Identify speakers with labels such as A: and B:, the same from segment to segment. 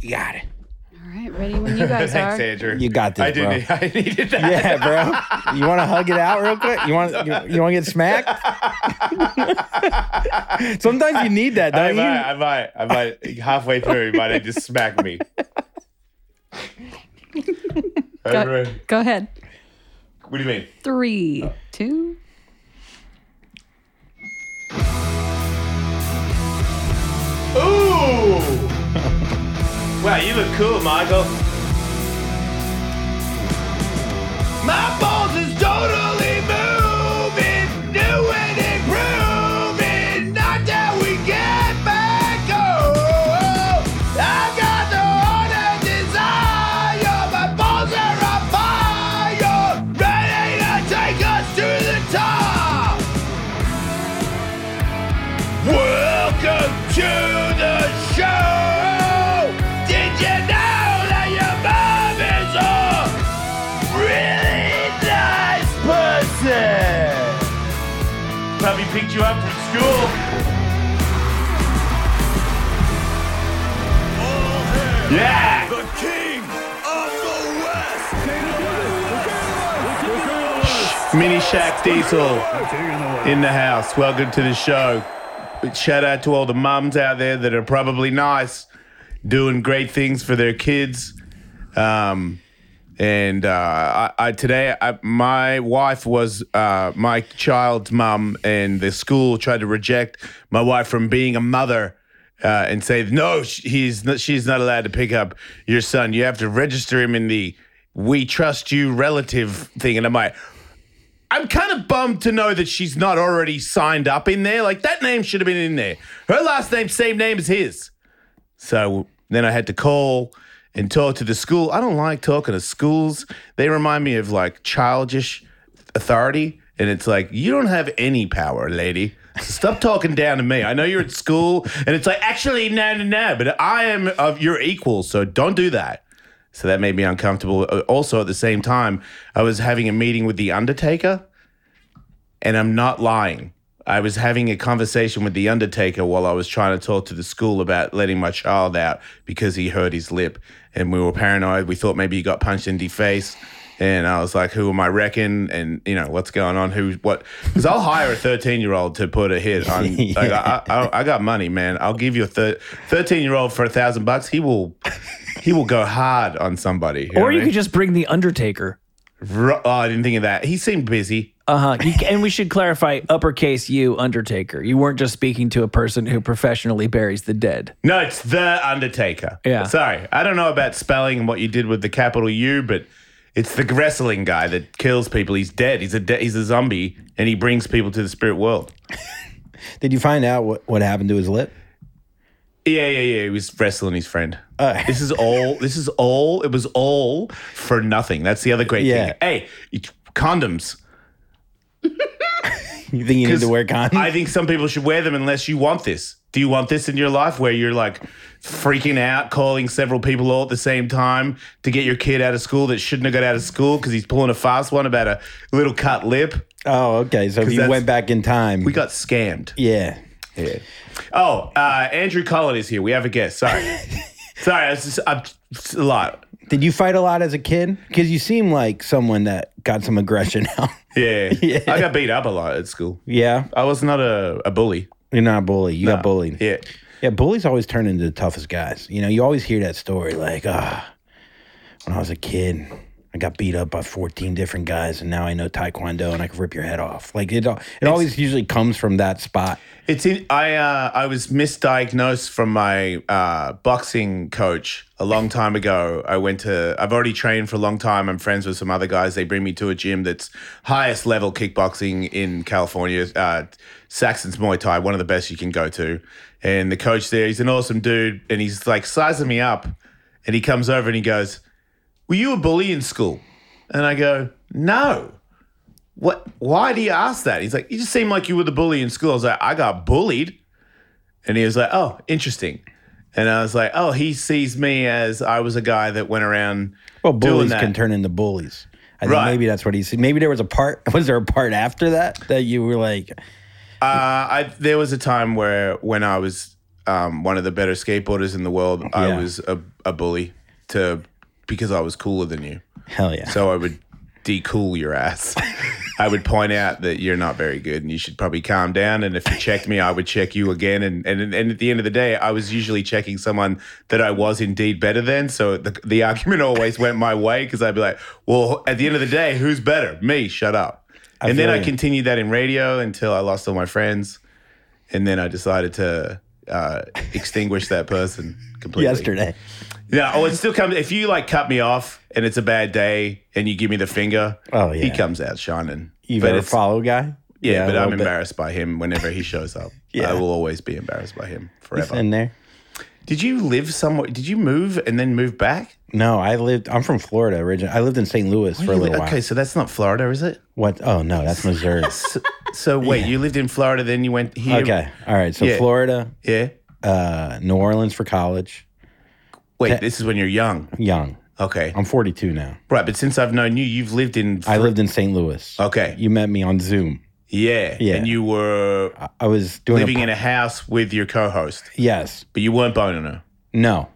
A: You got it.
B: All right, ready when you guys
C: Thanks,
B: are.
C: Andrew.
A: You got this,
C: I did.
A: bro.
C: Need, I needed that.
A: Yeah, bro. You want to hug it out real quick? You want you, you want to get smacked? Sometimes you need that,
C: I
A: don't
C: might,
A: you?
C: I might, I might. Halfway through, he might have just smacked me.
B: Go,
C: Everyone-
B: go ahead.
C: what do you mean?
B: Three, two.
C: Ooh! wow, you look cool, Michael. My balls is totally moving, new and improving. Not that we get back home. I got the honor desire. My balls are on fire, ready to take us to the top. Welcome to the show! Did you know that your mom is a really nice person? Probably picked you up from school. Yeah! The king of the West! Mini Shack Diesel in the house. Welcome to the show. Shout out to all the mums out there that are probably nice, doing great things for their kids. Um, and uh, I, I today, I, my wife was uh, my child's mum, and the school tried to reject my wife from being a mother. Uh, and say no, sh- he's not, she's not allowed to pick up your son. You have to register him in the "We Trust You" relative thing. And I'm like, I'm kind of bummed to know that she's not already signed up in there. Like that name should have been in there. Her last name, same name as his. So then I had to call and talk to the school. I don't like talking to schools. They remind me of like childish authority. And it's like, you don't have any power, lady. So stop talking down to me. I know you're at school. And it's like, actually, no, no, no. But I am of your equal. So don't do that. So that made me uncomfortable. Uh, Also, at the same time, I was having a meeting with The Undertaker, and I'm not lying. I was having a conversation with The Undertaker while I was trying to talk to the school about letting my child out because he hurt his lip. And we were paranoid. We thought maybe he got punched in the face. And I was like, who am I reckoning? And, you know, what's going on? Who, what? Because I'll hire a 13 year old to put a hit on. Like, I, I, I got money, man. I'll give you a 13 year old for a thousand bucks. He will he will go hard on somebody. know
D: Or
C: what
D: you
C: I
D: could
C: mean?
D: just bring the Undertaker.
C: Ru- Oh, I didn't think of that. He seemed busy.
D: Uh
E: Uh-huh.
D: huh. And we should clarify uppercase U Undertaker. You weren't just speaking to a person who professionally buries the dead.
C: No, it's the Undertaker.
D: Yeah.
C: Sorry, I don't know about spelling and what you did with the capital U, but it's the wrestling guy that kills people. He's dead. He's a de- he's a zombie, and he brings people to the spirit world.
A: Did you find out what, what happened to his lip?
C: Yeah, yeah, yeah. He was wrestling his friend. this is all. This is all. It was all for nothing. That's the other great
A: Yeah.
C: thing. Hey, it- condoms.
A: You think you need to
C: Because
A: wear condoms?
C: I think some people should wear them unless you want this. Do you want this in your life where you're like freaking out, calling several people all at the same time to get your kid out of school that shouldn't have got out of school because he's pulling a fast one about a little cut lip?
A: oh, okay. So if you
C: that's-
A: went back in time.
C: We got scammed.
A: yeah. Yeah.
C: Oh, uh, Andrew Collin is here. We have a guest. Sorry. Sorry, it's, just, I'm, it's a lot.
A: Did you fight a lot as a kid? Because you seem like someone that got some aggression out.
C: Yeah.
A: Yeah.
C: I got beat up a lot at school.
A: yeah.
C: I was not a, a bully.
A: You're not a bully. You got bullied.
C: Yeah.
A: Yeah, bullies always turn into the toughest guys. You know, you always hear that story like, ah, when I was a kid, I got beat up by 14 different guys, and now I know Taekwondo and I can rip your head off. Like, it, al- it always usually comes from that spot.
C: It's in, I uh, I was misdiagnosed from my uh, boxing coach a long time ago. I went to I've already trained for a long time. I'm friends with some other guys. They bring me to a gym that's highest level kickboxing in California. Uh, Saxon's Muay Thai, one of the best you can go to. And the coach there, he's an awesome dude, and he's like sizing me up. And he comes over and he goes, "Were you a bully in school?" And I go, "No." what why do you ask that he's like you just seem like you were the bully in school i was like i got bullied and he was like oh interesting and i was like oh he sees me as i was a guy that went around
A: Well,
C: doing
A: bullies
C: that
A: can turn into bullies. I think
C: Right.
A: maybe that's what he said. Maybe there was a part, was there a part after that that you were like,
C: uh, I, there was a time where when i was um, one of the better skateboarders in the world, I
A: Yeah.
C: was a, a bully to because I was cooler than you.
A: Hell yeah.
C: So I would decool your ass. I would point out that you're not very good and you should probably calm down. And if you checked me, I would check you again. And, and and at the end of the day, I was usually checking someone that I was indeed better than. So the, the argument always went my way because I'd be like, well, at the end of the day, who's better? Me, shut up. and then
A: feel
C: I
A: you.
C: continued that in radio until I lost all my friends. And then I decided to uh, extinguish that person completely.
A: Yesterday.
C: Yeah. Oh, it still comes. If you like cut me off and it's a bad day and you give me the finger,
A: Oh,
C: he
A: yeah.
C: comes out shining.
A: You
C: but
A: better
C: it's-
A: follow guy.
C: Yeah,
A: a
C: but I'm
A: little bit.
C: embarrassed by him whenever he shows up.
A: Yeah.
C: I will always be embarrassed by him
A: It's
C: forever.
A: in there.
C: Did you live somewhere? Did you move and then move back?
A: No, I lived. I'm from Florida originally. I lived in St. Louis for a
C: You li-
A: little while.
C: okay, so that's not Florida, is it?
A: What? Oh no, that's Missouri.
C: So, so wait, you lived in Florida, then you went here.
A: okay, all right. So
C: Yeah.
A: Florida,
C: Yeah.
A: uh, New Orleans for college.
C: Wait,
A: That-
C: this is when you're young.
A: Young.
C: Okay.
A: I'm 42 now.
C: right, but since I've known you, you've lived in.
A: I lived in St. Louis.
C: okay.
A: You met me on Zoom.
C: yeah.
A: Yeah.
C: And you were
A: I, I was doing
C: living
A: a,
C: in a house with your co-host,
A: yes.
C: but you weren't boning her.
A: No,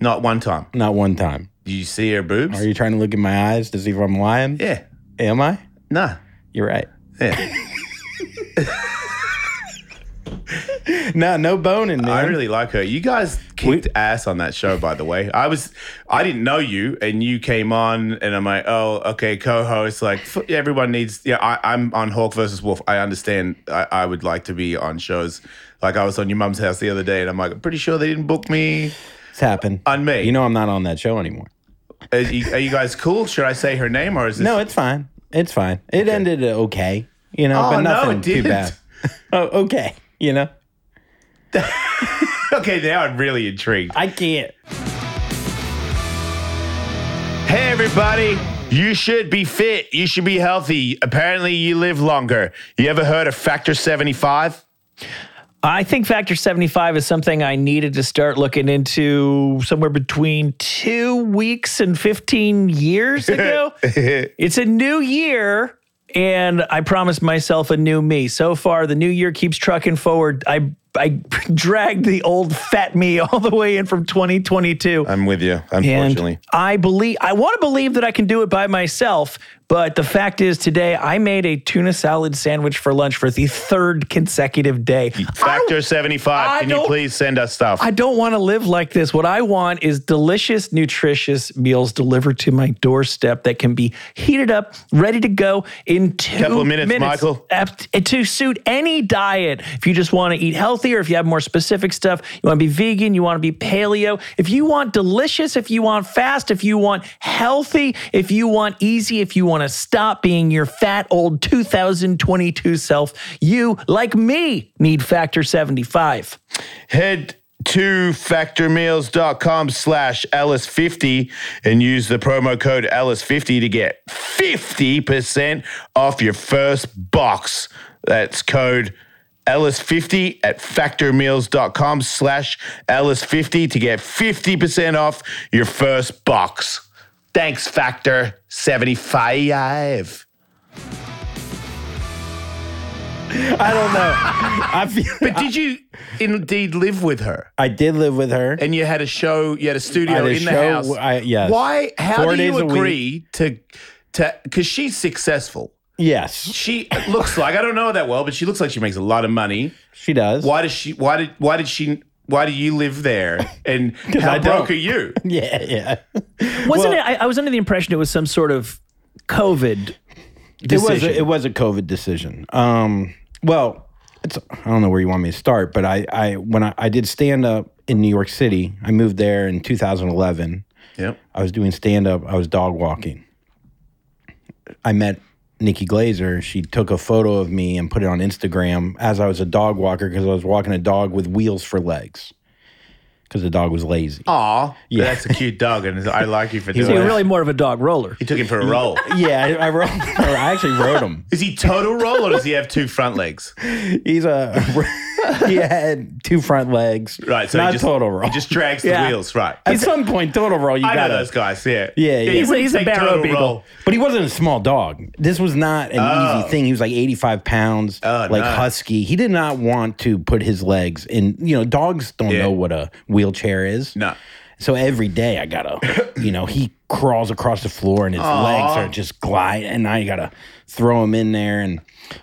C: Not one time.
A: not one time.
C: Did you see her boobs?
A: Are you trying to look in my eyes to see if I'm lying?
C: yeah.
A: Am I?
C: Nah.
A: You're right.
C: Yeah.
A: No, no boning, man.
C: I really like her. You guys kicked ass on that show, by the way. I was, I didn't know you, and you came on, and I'm like, oh, okay, co-host. Like f- everyone needs. Yeah, I, I'm on Hawk versus Wolf. I understand. I, I would like to be on shows. Like I was on your mum's house the other day, and I'm like, I'm pretty sure they didn't book me.
A: it's happened.
C: On me.
A: You know I'm not on that show anymore.
C: Are you, are you guys cool? Should I say her name or is this?
A: No, it's fine. It's fine. It ended okay. You know,
C: Oh,
A: but
C: no,
A: nothing
C: it
A: too
C: didn't.
A: bad. oh, okay. You know,
C: okay, now I'm really intrigued.
A: I can't.
C: Hey, everybody. You should be fit. You should be healthy. Apparently, you live longer. You ever heard of Factor 75?
E: I think Factor 75 is something I needed to start looking into somewhere between two weeks and 15 years ago. it's a new year, and I promised myself a new me. So far, the new year keeps trucking forward. I I dragged the old fat me all the way in from 2022.
C: I'm with you,
E: And I believe I want to believe that I can do it by myself, but the fact is today I made a tuna salad sandwich for lunch for the third consecutive day.
C: Factor 75.
E: I
C: Can you
E: don't-
C: please send us stuff?
E: I don't want to live like this. What I want is delicious, nutritious meals delivered to my doorstep that can be heated up, ready to go in two
C: Couple of minutes, Michael.
E: Apt- To suit any diet. If you just want to eat healthy, or if you have more specific stuff, you want to be vegan, you want to be paleo. If you want delicious, if you want fast, if you want healthy, if you want easy, if you want to stop being your fat old 2022 self, you, like me, need Factor 75.
C: Head to factormeals.com slash Alice50 and use the promo code Alice50 to get 50% off your first box. That's code Alice50 at factormeals.com slash Alice50 to get 50% off your first box. Thanks, Factor75.
A: I don't know. I feel.
C: But did you indeed live with her?
A: I did live with her.
C: and you had a show, you had a studio
A: I had a
C: in the
A: show,
C: house.
A: I- yes.
C: Why? How
A: Four
C: do
A: days
C: you
A: a week.
C: agree to to? Because she's successful.
A: Yes,
C: She looks like I don't know her that well, but she looks like she makes a lot of money.
A: she does.
C: Why does she? Why did? Why did she? Why do you live there? And how
A: I
C: broke
A: don't.
C: are you?
A: Yeah, yeah.
E: Wasn't it? I, I was under the impression it was some sort of COVID
A: It was
E: decision.
A: a, it was a COVID decision. Um, well, it's I don't know where you want me to start, but I I when I, I did stand up in New York City, I moved there in 2011.
C: Yep.
A: I was doing stand up. I was dog walking. I met Nikki Glazer. She took a photo of me and put it on Instagram as I was a dog walker because I was walking a dog with wheels for legs because the dog was lazy.
C: Aw, yeah. that's a cute dog, and I like you for doing
E: So you're
C: that.
E: really more of a dog roller.
C: He took him for a roll.
A: Yeah, I, I wrote. I actually wrote him.
C: Is he total roll or does he have two front legs?
A: He's a he had two front legs.
C: Right, so he
A: not
C: just,
A: total roll.
C: He just drags the
D: Yeah.
C: wheels, right?
A: At some point, total roll. You
C: I
A: got
C: know those guys. Yeah,
A: Yeah, yeah.
C: you
A: He's
D: a-
C: wouldn't
D: he's a
C: take
D: barrow
C: total
D: beagle.
C: roll.
A: But he wasn't a small dog. This was not an easy thing. He was like 85 pounds,
C: Oh,
A: like
C: nice.
A: husky. He did not want to put his legs in. You know, dogs don't
C: Yeah.
A: know what a wheelchair is.
C: No.
A: So every day I gotta, you know, he crawls across the floor and his legs are just glide, and I gotta throw him in there. And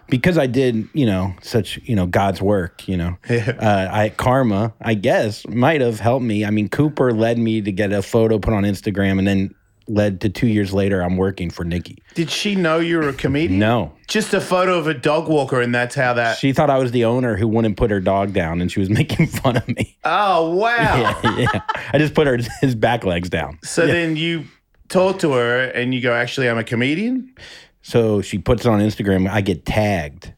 A: because I did, you know, such, you know, God's work, you know, uh, I karma, I guess, might have helped me. I mean, Cooper led me to get a photo put on Instagram, and then led to two years later, I'm working for Nikki.
C: Did she know you were a comedian?
A: No,
C: Just a photo of a dog walker, and that's how that.
A: she thought I was the owner who wouldn't put her dog down, and she was making fun of me.
C: oh wow!
A: yeah, I just put her his back legs down.
C: So then you talk to her, and you go, "Actually, I'm a comedian."
A: So she puts it on Instagram. I get tagged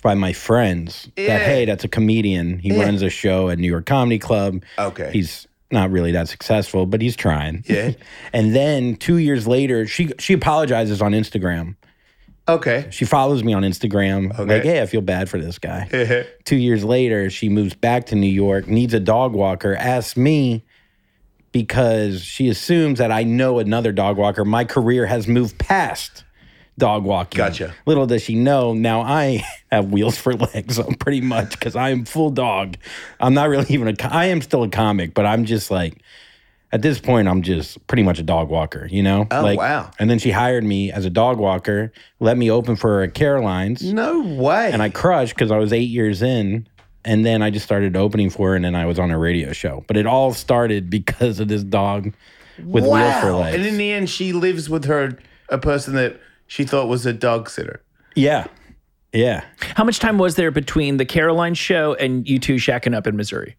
A: by my friends
C: Yeah.
A: that hey, that's a comedian. He runs a show at New York Comedy Club.
C: Okay.
A: He's not really that successful, but he's trying.
C: Yeah.
A: and then two years later, she she apologizes on Instagram.
C: okay.
A: She follows me on Instagram. Like, hey, I feel bad for this guy. Two years later, she moves back to New York, needs a dog walker, asks me because she assumes that I know another dog walker. My career has moved past dog walking.
C: Gotcha.
A: Little does she know, now I have wheels for legs I'm pretty much because I am full dog. I'm not really even a, co- I am still a comic, but I'm just like, at this point, I'm just pretty much a dog walker, you know?
C: Oh, wow.
A: And then she hired me as a dog walker, let me open for her at Caroline's
C: No way.
A: and I crushed because I was eight years in. And then I just started opening for her, and then I was on a radio show. But it all started because of this dog with wheels for
C: wow.
A: legs.
C: And in the end, she lives with her a person that she thought was a dog sitter.
A: yeah, yeah,
D: How much time was there between the Caroline show and you two shacking up in Missouri?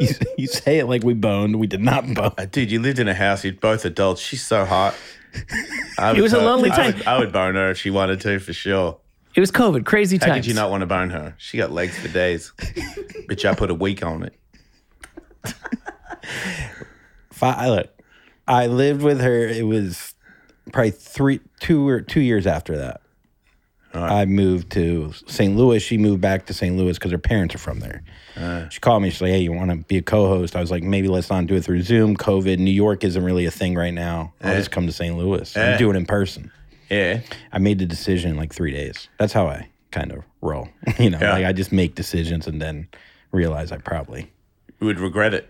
A: you, you say it like we boned. We did not bone.
C: Dude, you lived in a house. You're both adults. She's so hot. I would
D: was a
C: bone-
D: lonely
C: I
D: time.
C: would, I would bone her if she wanted to, for sure.
D: It was COVID, crazy
C: How
D: times.
C: could you not want to bone her? She got legs for days. Bitch, I put a week on it.
A: Fi look, I lived with her. It was probably three, two or two years after that. I moved to St. Louis. She moved back to St. Louis because her parents are from there. she called me. She's like, "Hey, you want to be a co-host?" I was like, "Maybe let's not do it through Zoom. COVID. New York isn't really a thing right now. I'll just come to St. Louis and do it in person."
C: Yeah.
A: I made the decision in like three days. That's how I kind of roll. you know,
C: Yeah.
A: like I just make decisions and then realize I probably
C: You would regret it.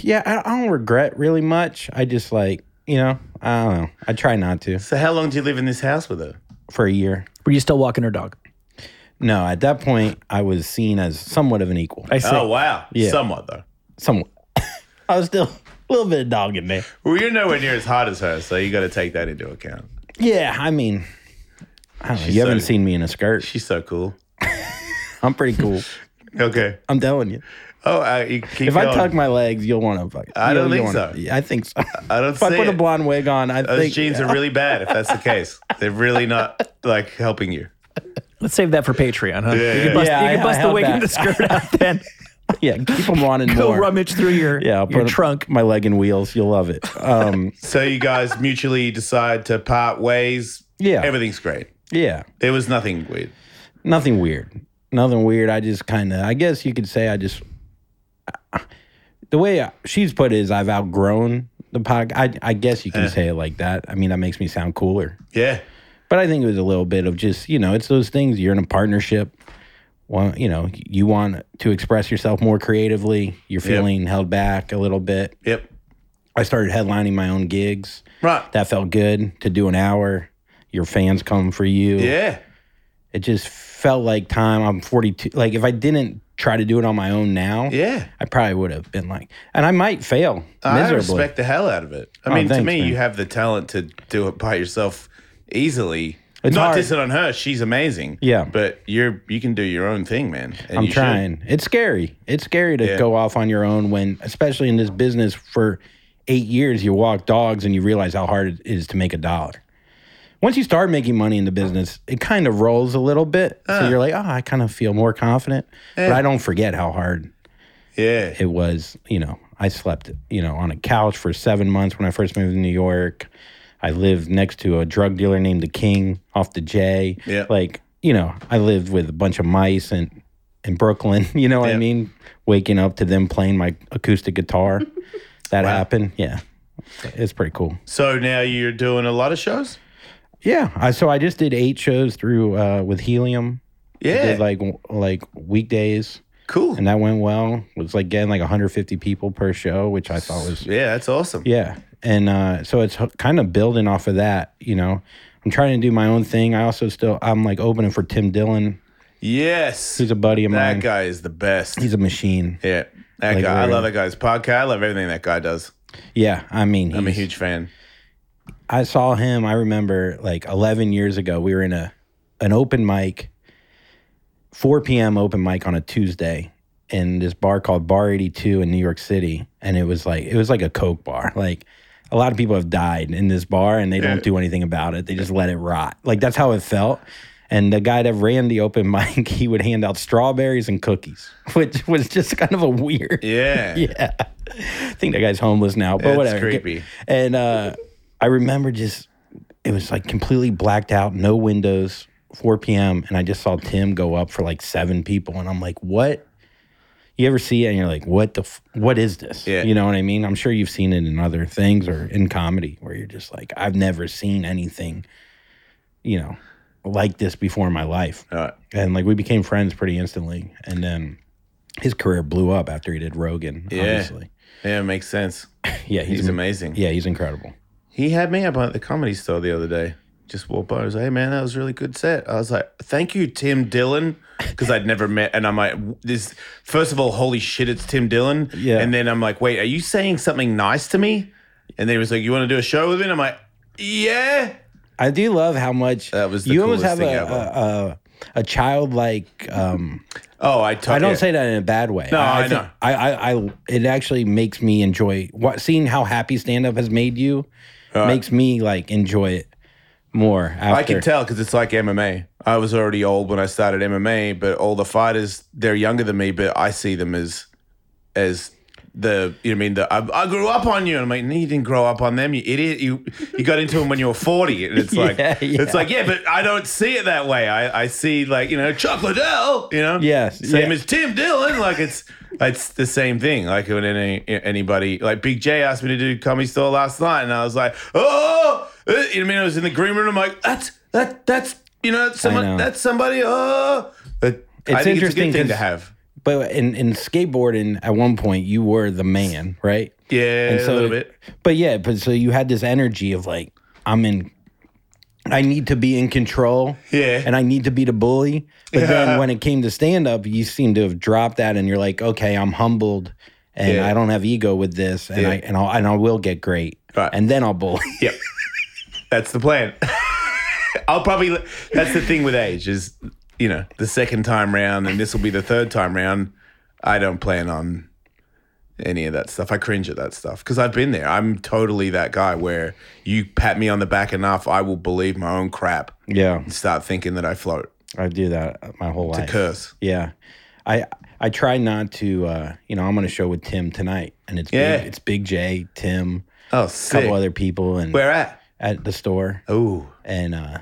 A: yeah, I, I don't regret really much. I just like, you know, I don't know. I try not to
C: So how long do you live in this house with her?
A: for a year.
D: Were you still walking her dog?
A: No, at that point, I was seen as somewhat of an equal.
D: I see.
C: Oh, wow.
A: Yeah.
C: Somewhat, though.
A: Somewhat. I was still a little bit of dog in there.
C: Well, you're nowhere near as hot as her, so you got to take that into account.
A: Yeah, I mean, I don't know. You haven't
C: so-
A: seen me in a skirt.
C: She's so cool.
A: I'm pretty cool.
C: Okay.
A: I'm telling you.
C: Oh, uh, you keep
A: If
C: going.
A: I tuck my legs, you'll want to fuck.
C: I
A: you'll-
C: don't
A: you'll
C: think
A: wanna-
C: so.
A: Yeah, I think so. If
C: I don't see
A: I put
C: it.
A: a blonde wig on, I
C: Those
A: think
C: jeans are really bad. If that's the case, they're really not like helping you.
D: Let's save that for Patreon, huh?
C: Yeah,
D: you
C: yeah.
D: can bust,
A: Yeah,
D: you
A: I-
D: can bust the
A: I held
D: wig
A: back.
D: and the skirt out then.
A: yeah, keep them on and
D: Go
A: more.
D: rummage through your,
A: yeah, I'll put
D: your
A: a-
D: trunk.
A: my leg and wheels. You'll love it. Um,
C: So you guys mutually decide to part ways.
A: Yeah.
C: everything's great.
A: yeah.
C: There was nothing weird.
A: nothing weird. Nothing weird. I just kind of, I guess you could say I just, the way I- she's put it is I've outgrown the podcast. I, I guess you can say it like that. I mean, that makes me sound cooler.
C: Yeah,
A: But I think it was a little bit of just, you know, it's those things. You're in a partnership. Well, you know, you want to express yourself more creatively. You're feeling held back a little bit.
C: yep,
A: I started headlining my own gigs.
C: right.
A: That felt good to do an hour. Your fans come for you
C: yeah,
A: it just felt like time i'm 42 like if i didn't try to do it on my own now
C: yeah.
A: i probably would have been like and i might fail
C: I
A: miserably
C: respect the hell out of it. I
A: Oh,
C: mean, to
A: thanks,
C: me,
A: man.
C: you have the talent to do it by yourself easily.
A: It's
C: not
A: hard.
C: dissing on her; she's amazing.
A: Yeah.
C: but you're you can do your own thing, man. And
A: i'm
C: you should.
A: trying it's scary it's scary to
C: Yeah.
A: go off on your own when especially in this business for eight years you walk dogs and you realize how hard it is to make a dollar once you start making money in the business it kind of rolls a little bit
C: Uh.
A: so you're like oh i kind of feel more confident but i don't forget how hard
C: Yeah,
A: it was, you know, I slept, you know, on a couch for seven months when I first moved to New York. I lived next to a drug dealer named the King off the J.
C: Yeah.
A: Like, you know, I lived with a bunch of mice and in Brooklyn. You know what I
C: Yeah.
A: mean? Waking up to them playing my acoustic guitar. That
C: Wow.
A: happened. Yeah. It's pretty cool.
C: So now you're doing a lot of shows?
A: Yeah. I, so I just did eight shows through uh, with Helium. I
C: Yeah.
A: did like w- like weekdays,
C: cool.
A: and that went well. It was like getting like 150 people per show, which I thought was
C: yeah, that's awesome.
A: yeah. And uh, so it's h- kind of building off of that. You know, I'm trying to do my own thing. I also still I'm like opening for Tim Dillon.
C: Yes.
A: He's a buddy of
C: that
A: mine.
C: guy is the best.
A: He's a machine.
C: yeah. That
A: Like
C: guy. I
A: we're
C: love
A: in-
C: that guy's podcast. I love everything that guy does.
A: Yeah, I mean,
C: I'm a
A: he's-
C: huge fan.
A: I saw him. I remember like 11 years ago, we were in a an open mic, 4 p.m. open mic on a Tuesday in this bar called Bar 82 in New York City, and it was like it was like a coke bar. Like a lot of people have died in this bar, and they don't do anything about it. They just let it rot. Like that's how it felt. And the guy that ran the open mic, he would hand out strawberries and cookies, which was just kind of a weird
C: Yeah.
A: yeah. I think that guy's homeless now, but
C: That's
A: whatever.
C: creepy.
A: And uh, I remember just it was like completely blacked out, no windows, 4 p.m. And I just saw Tim go up for like seven people, and I'm like, what? You ever see it and you're like, what the, f- what is this?
C: Yeah.
A: You know what I mean? I'm sure you've seen it in other things or in comedy where you're just like, I've never seen anything, you know, like this before in my life
C: All right.
A: and like we became friends pretty instantly and then his career blew up after he did Rogan
C: Yeah.
A: obviously
C: Yeah, it makes sense.
A: yeah he's,
C: He's amazing.
A: yeah he's incredible
C: He had me up at the comedy store the other day. Just walked by. I was like, "Hey man, that was a really good set." I was like, "Thank you, Tim Dillon," because I'd never met. And I'm like, "This first of all, holy shit, it's Tim Dillon."
A: Yeah.
C: And then I'm like, "Wait, are you saying something nice to me?" And then he was like, "You want to do a show with me?" And I'm like, "Yeah."
A: I do love how much
C: That was the
A: you almost have
C: coolest
A: a,
C: thing
A: a, a a childlike um
C: Oh, I totally.
A: I don't say that in a bad way
C: No, I
A: think-
C: know.
A: I, I I it actually makes me enjoy what seeing how happy stand up has made you makes me like enjoy it more after
C: Uh, I can tell because it's like MMA. I was already old when I started MMA, but all the fighters they're younger than me, but I see them as as the you know what I mean the I, I grew up on you and I'm like no you didn't grow up on them you idiot you you got into them when you were 40 and it's like
A: Yeah, yeah.
C: it's like yeah but I don't see it that way I I see like you know Chuck Liddell you know
A: Yes,
C: same
A: yeah.
C: as Tim Dillon like it's it's the same thing like when any anybody like Big J asked me to do comedy store last night and I was like oh uh," you know what I mean I was in the green room I'm like that's that that's you know that's someone
A: know.
C: that's somebody oh but I
A: It's
C: think
A: interesting
C: it's a good thing to
A: 'cause-
C: have
A: but in in skateboarding at one point you were the man right
C: yeah
A: And
C: a
A: so-
C: little bit
A: But yeah, but so you had this energy of like, I'm in, I need to be in control.
C: Yeah.
A: And I need to be the bully. But
C: Yeah.
A: then when it came to stand up, you seem to have dropped that and you're like, okay, I'm humbled and
C: Yeah.
A: I don't have ego with this and
C: Yeah.
A: I and I'll and I will get great.
C: Right.
A: And then I'll bully.
C: Yep. That's the plan. I'll probably that's the thing with age is you know, the second time round and this will be the third time round. I don't plan on any of that stuff. I cringe at that stuff because I've been there. I'm totally that guy where you pat me on the back enough, I will believe my own crap
A: yeah.
C: and start thinking that I float.
A: I do that my whole life.
C: Curse.
A: Yeah. I I try not to uh, you know, I'm on a show with Tim tonight and it's
C: Yeah.
A: big, it's Big J, Tim,
C: Oh,
A: a couple
C: sick.
A: other people and
C: Where at?
A: at the store.
C: Oh,
A: And uh,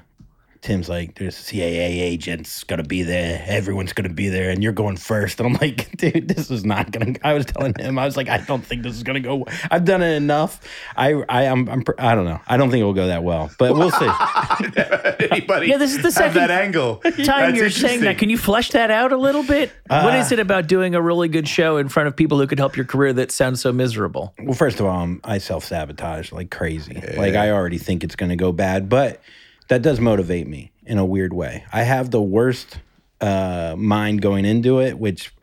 A: Tim's like, there's CAA agents going to be there. Everyone's going to be there. And you're going first. And I'm like, dude, this is not going to. I was telling him, I was like, I don't think this is going to go. I've done it enough. I, I, I'm, I'm, pr- I don't know. I don't think it will go that well, but we'll see.
C: anybody?
D: Yeah, this is the
C: have that
D: second
C: angle.
D: Time you're saying that. Can you flesh that out a little bit? what is it about doing a really good show in front of people who could help your career that sounds so miserable?
A: Well, first of all, I'm, I self sabotage like crazy. Like, I already think it's going to go bad, but that does motivate me in a weird way. I have the worst uh, mind going into it, which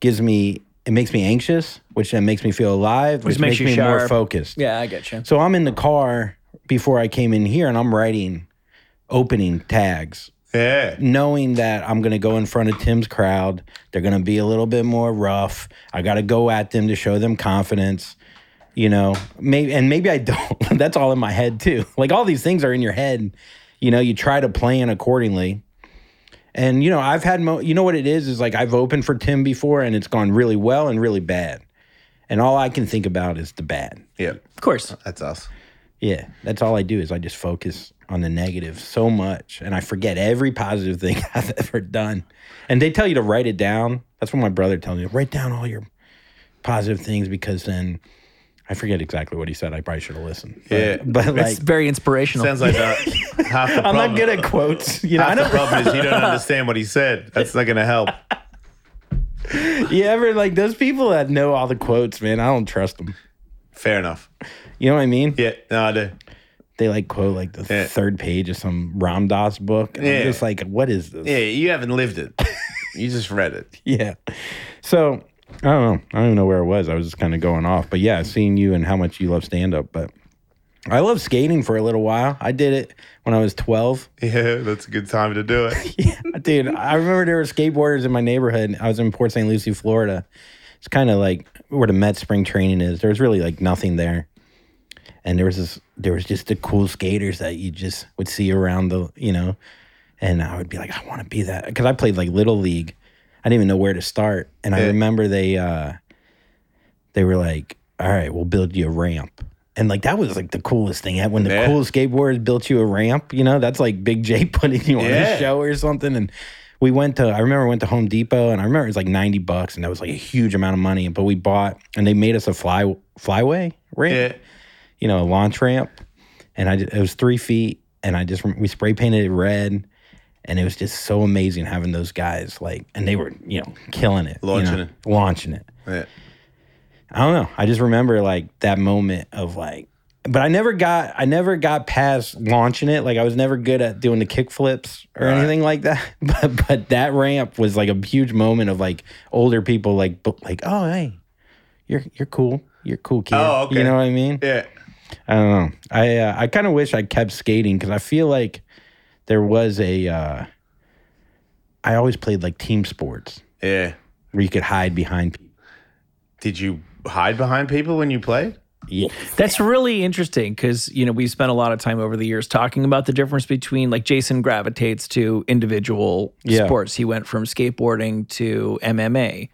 A: gives me, it makes me anxious, which then makes me feel alive, which,
D: makes
A: makes,
D: you
A: me more
D: sharp.
A: focused.
D: Yeah, I get you.
A: So I'm in the car before I came in here and I'm writing opening tags
C: Yeah.
A: knowing that I'm going to go in front of Tim's crowd. They're going to be a little bit more rough. I got to go at them to show them confidence. You know, maybe and maybe I don't. That's all in my head too. Like all these things are in your head. You know, you try to plan accordingly. And you know, I've had mo- you know what it is is like I've opened for Tim before and it's gone really well and really bad. And all I can think about is the bad.
C: Yeah.
D: Of course.
C: That's us.
A: Yeah, that's all I do is I just focus on the negative so much and I forget every positive thing I've ever done. And they tell you to write it down. That's what my brother tells me. Write down all your positive things because then I forget exactly what he said. I probably should have listened. But-
C: Yeah.
A: But like
E: it's very inspirational.
C: Sounds like that. half the
A: I'm
C: problem.
A: not good at quotes. You know, I
C: Half the
A: don't
C: problem is you don't understand what he said. That's not going to help.
A: you ever like those people that know all the quotes, man, I don't trust them.
C: Fair enough.
A: You know what I mean?
C: Yeah, no, I do.
A: They like quote like the
C: Yeah.
A: third page of some Ram Dass book. And
C: Yeah.
A: I'm just like, what is this?
C: Yeah, you haven't lived it. You just read it.
A: yeah. So I don't know. I don't even know where it was. I was just kind of going off. But yeah, seeing you and how much you love stand up. But I love skating for a little while. I did it when I was 12.
C: Yeah, that's a good time to do it.
A: Dude, I remember there were skateboarders in my neighborhood. I was in Port St. Lucie, Florida. It's kind of like where the Met spring training is. There was really like nothing there. And there was this, there was just the cool skaters that you just would see around the, you know, and I would be like, I want to be that. Cause I played like little league. I didn't even know where to start. And I
C: Yeah.
A: remember they, uh, they were like, all right, we'll build you a ramp. And like that was like the coolest thing. When the
C: Yeah.
A: cool skateboarders built you a ramp, you know, that's like Big J putting you on
C: Yeah.
A: his show or something. And we went to, I remember we went to Home Depot and I remember it was like 90 bucks and that was like a huge amount of money. But we bought and they made us a fly flyway ramp,
C: Yeah.
A: you know, a launch ramp. And I, ju- it was three feet and I just, rem- we spray painted it red. And it was just so amazing having those guys like, and they were, you know, killing it, you
C: Launching
A: know,
C: it.
A: launching it.
C: yeah.
A: I don't know. I just remember like that moment of like, but I never got, I never got past launching it. Like I was never good at doing the kick flips or
C: Right.
A: anything like that. But but that ramp was like a huge moment of like older people like bu- like oh hey, you're you're cool, you're cool kid.
C: Oh, okay.
A: You know what I mean?
C: Yeah.
A: I don't know. I uh, I kind of wish I kept skating because I feel like there was a. Uh, I always played like team sports
C: Yeah.
A: where you could hide behind people.
C: Did you hide behind people when you played?
A: Yeah.
E: That's really interesting because you know we've spent a lot of time over the years talking about the difference between like Jason gravitates to individual
A: Yeah.
E: sports. He went from skateboarding to MMA.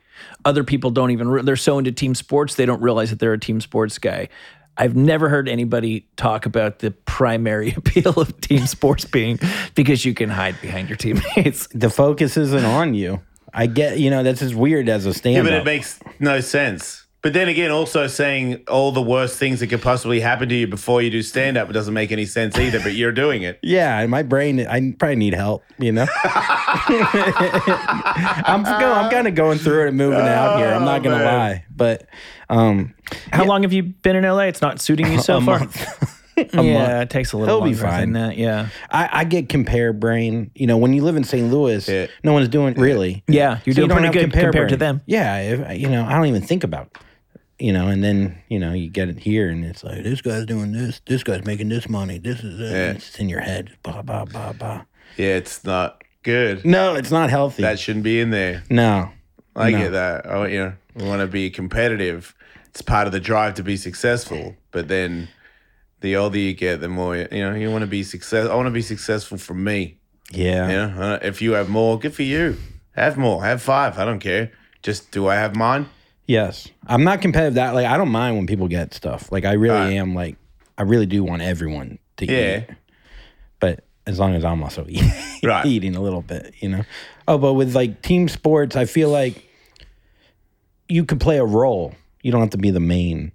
E: Other people don't even re- they're so into team sports they don't realize that they're a team sports guy. I've never heard anybody talk about the primary appeal of team sports being because you can hide behind your teammates.
A: the focus isn't on you. I get, you know, that's as weird as a
C: Yeah,
A: stand
C: but it
A: up.
C: makes no sense. But then again, also saying all the worst things that could possibly happen to you before you do stand up doesn't make any sense either, but you're doing it.
A: yeah, and my brain, I probably need help, you know? I'm, go, I'm kind of going through it and moving out here. I'm not going to
C: Oh, man.
A: lie. But um,
E: How long have you been in LA? It's not suiting you so far. yeah, it takes a little
A: He'll be
E: longer than
A: fine.
E: that. Yeah.
A: I, I get compare brain. You know, when you live in St. Louis,
C: Yeah.
A: no one's doing really.
E: Yeah, you're
A: So you
E: doing
A: don't
E: pretty
A: have
E: good
A: compare
E: compared to
A: brain.
E: them.
A: Yeah, if, you know, I don't even think about, you know, and then you know you get it here, and it's like this guy's doing this, this guy's making this money, this is it.
C: Yeah.
A: and It's in your head, blah blah blah blah.
C: Yeah, it's not good.
A: No, it's not healthy.
C: That shouldn't be in there.
A: no,
C: I
A: No.
C: get that. I, you know, we want to be competitive. It's part of the drive to be successful. But then, the older you get, the more you know. You want to be success. I want to be successful for me.
A: yeah,
C: You know, Uh, if you have more, good for you. Have more. Have five. I don't care. Just do I have mine?
A: yes. I'm not competitive. That like I don't mind when people get stuff. Like I really
C: Right.
A: am. Like I really do want everyone to
C: Yeah.
A: eat, but as long as I'm also eating.
C: Right.
A: eating a little bit, you know. Oh, but with like team sports, I feel like you could play a role. You don't have to be the main.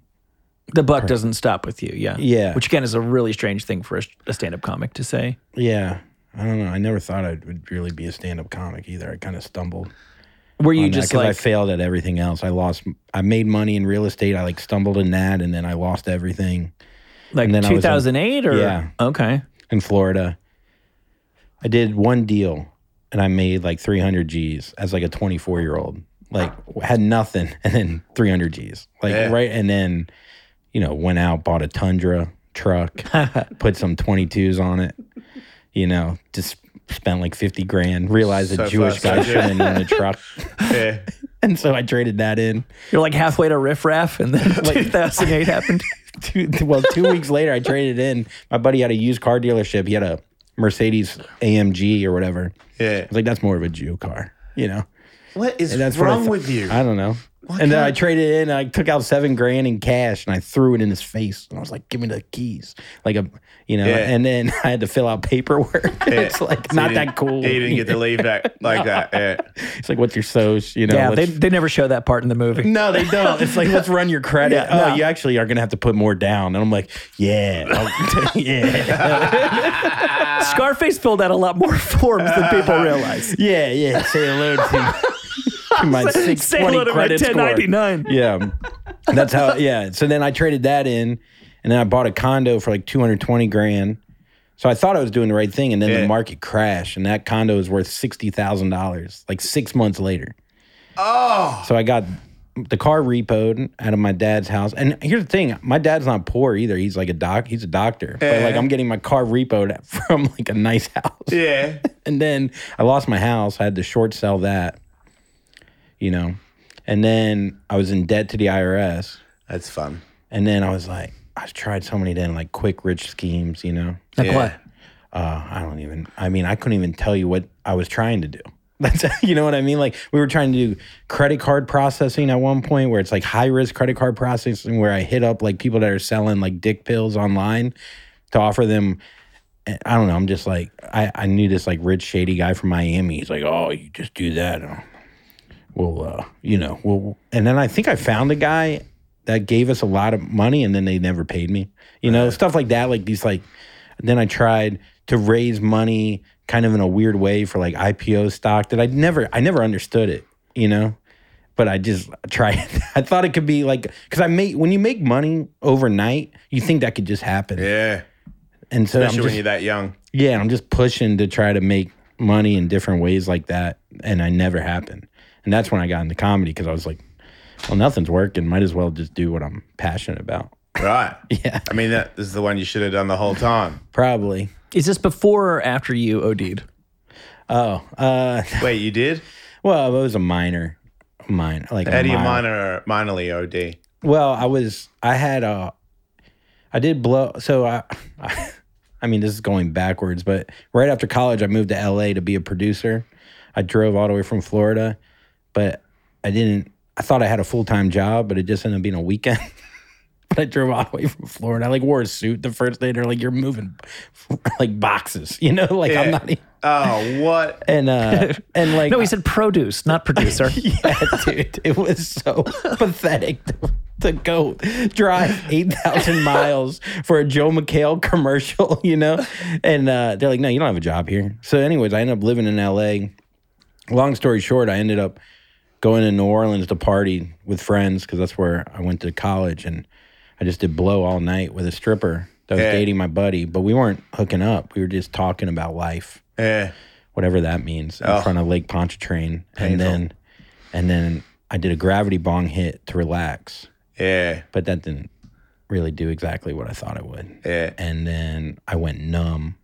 E: The buck doesn't stop with you. Yeah.
A: Yeah.
E: Which again is a really strange thing for a, a stand-up comic to say.
A: Yeah. I don't know. I never thought I would really be a stand-up comic either. I kind of stumbled.
E: Were
A: on
E: you
A: that
E: just
A: 'cause I
E: like
A: failed at everything else. I lost. I made money in real estate. I like stumbled in that, and then I lost everything
E: like
A: and then I was on-
E: 2008 or
A: Yeah.
E: okay?
A: in Florida. I did one deal, and I made like 300 G's as like a 24-year-old. Like had nothing, and then 300 G's. Like
C: Yeah.
A: right, and then you know, went out, bought a Tundra truck, put some 22s on it, you know, just spent like 50 grand, realized
C: So
A: a Jewish
C: fast, so
A: guy
C: good.
A: shouldn't own a truck.
C: Yeah.
A: And so I traded that in.
E: You're like halfway to riff raff, and then 2008 happened.
A: Two, well, two weeks later, I traded in. My buddy had a used car dealership. He had a Mercedes AMG or whatever. I
C: Yeah.
A: was like, that's more of a Jew car, you know?
C: What is
A: And that's what I
C: wrong
A: thought-
C: with you?
A: I don't know. and then I traded in. I took out seven grand in cash and I threw it in his face. And I was like, "Give me the keys," like a, you know.
C: Yeah.
A: And then I had to fill out paperwork. it's like not
C: He
A: that
C: didn't-
A: cool.
C: He didn't get to leave that like that. Yeah.
A: It's like, what's your SOS? You know.
E: yeah,
A: what's-
E: they, they never show that part in the movie.
A: no, they don't. It's like, let's run your credit.
E: Yeah,
A: oh,
E: no.
A: you actually are gonna have to put more down. And I'm like, yeah, I'll- yeah,
E: Scarface filled out a lot more forms than people realize.
A: yeah, yeah. Say hello to, to my six
E: Say hello
A: twenty
E: to my
A: credit score.
E: 1099.
A: yeah. That's how yeah. So then I traded that in and then I bought a condo for like 220 grand. So I thought I was doing the right thing and then
C: Yeah.
A: the market crashed and that condo is worth $60,000 like 6 months later. Oh. So I got the car repoed out of my dad's house. And here's the thing, my dad's not poor either. He's like a doc, he's a doctor. But like
C: Yeah.
A: I'm getting my car repoed from like a nice house.
C: yeah.
A: And then I lost my house. I had to short sell that, you know. And then I was in debt to the IRS.
C: That's fun.
A: And then I was like, I've tried so many then like quick rich schemes, you know.
E: Like
C: Yeah.
E: what?
A: Uh, I don't even. I mean, I couldn't even tell you what I was trying to do. That's you know what I mean. Like we were trying to do credit card processing at one point, where it's like high risk credit card processing, where I hit up like people that are selling like dick pills online to offer them. I don't know. I'm just like I, I knew this like rich shady guy from Miami. He's like, oh, you just do that. and We'll uh, you know, we'll. And then I think I found a guy that gave us a lot of money, and then they never paid me. You know, stuff like that. Like these like then I tried to raise money kind of in a weird way for like IPO stock that I never I never understood it, you know? But I just tried I thought it could be like cuz I make when you make money overnight, you think that could just happen.
C: Yeah.
A: And so
C: Especially
A: I'm
C: when
A: just,
C: you're that young.
A: yeah, I'm just pushing to try to make money in different ways like that and I never happened. And that's when I got into comedy cuz I was like well, nothing's working. Might as well just do what I'm passionate about.
C: Right.
A: Yeah,
C: I mean, that is the one you should have done the whole time.
A: probably.
E: Is this before or after you OD'd?
A: Oh, uh,
C: Wait, you did?
A: Well, it was a minor, minor. Like a
C: How do you
A: mi-
C: minor minorly OD?
A: Well, I was. I had a. I did blow. So I. I mean, this is going backwards, but right after college, I moved to LA to be a producer. I drove all the way from Florida, but I didn't. I thought I had a full time job, but it just ended up being a weekend. but I drove all the way from Florida. I like wore a suit the first day. They're like, "You're moving like boxes," you know. Like
C: Yeah.
A: I'm not. e-
C: Oh, what?
A: And uh, and like
E: No, he said produce, not producer.
A: yeah, dude, it was so pathetic to, to go drive eight thousand miles for a Joe McHale commercial, you know. And uh, they're like, "No, you don't have a job here." So, anyways, I ended up living in L.A. Long story short, I ended up going to New Orleans to party with friends because that's where I went to college, and I just did blow all night with a stripper that was
C: Yeah.
A: dating my buddy, but we weren't hooking up. We were just talking about life
C: Yeah.
A: whatever that means, in
C: Oh.
A: front of Lake Pontchartrain,
C: Painful.
A: and then, and then I did a gravity bong hit to relax,
C: Yeah.
A: but that didn't really do exactly what I thought it would.
C: Yeah.
A: And then I went numb,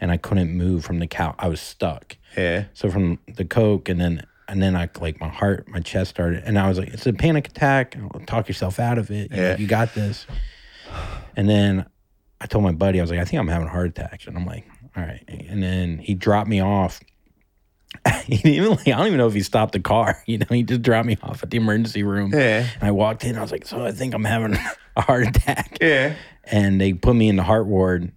A: and I couldn't move from the couch. I was stuck.
C: Yeah.
A: So from the coke, and then and then I like my heart, my chest started, and I was like, "It's a panic attack. Talk yourself out of it. You, know,
C: Yeah.
A: you got this." And then I told my buddy, I was like, "I think I'm having a heart attack," and I'm like, "All right." And then he dropped me off. He didn't even like, I don't even know if he stopped the car. You know, he just dropped me off at the emergency room.
C: Yeah.
A: And I walked in. I was like, "So I think I'm having a heart attack,"
C: Yeah.
A: and they put me in the heart ward.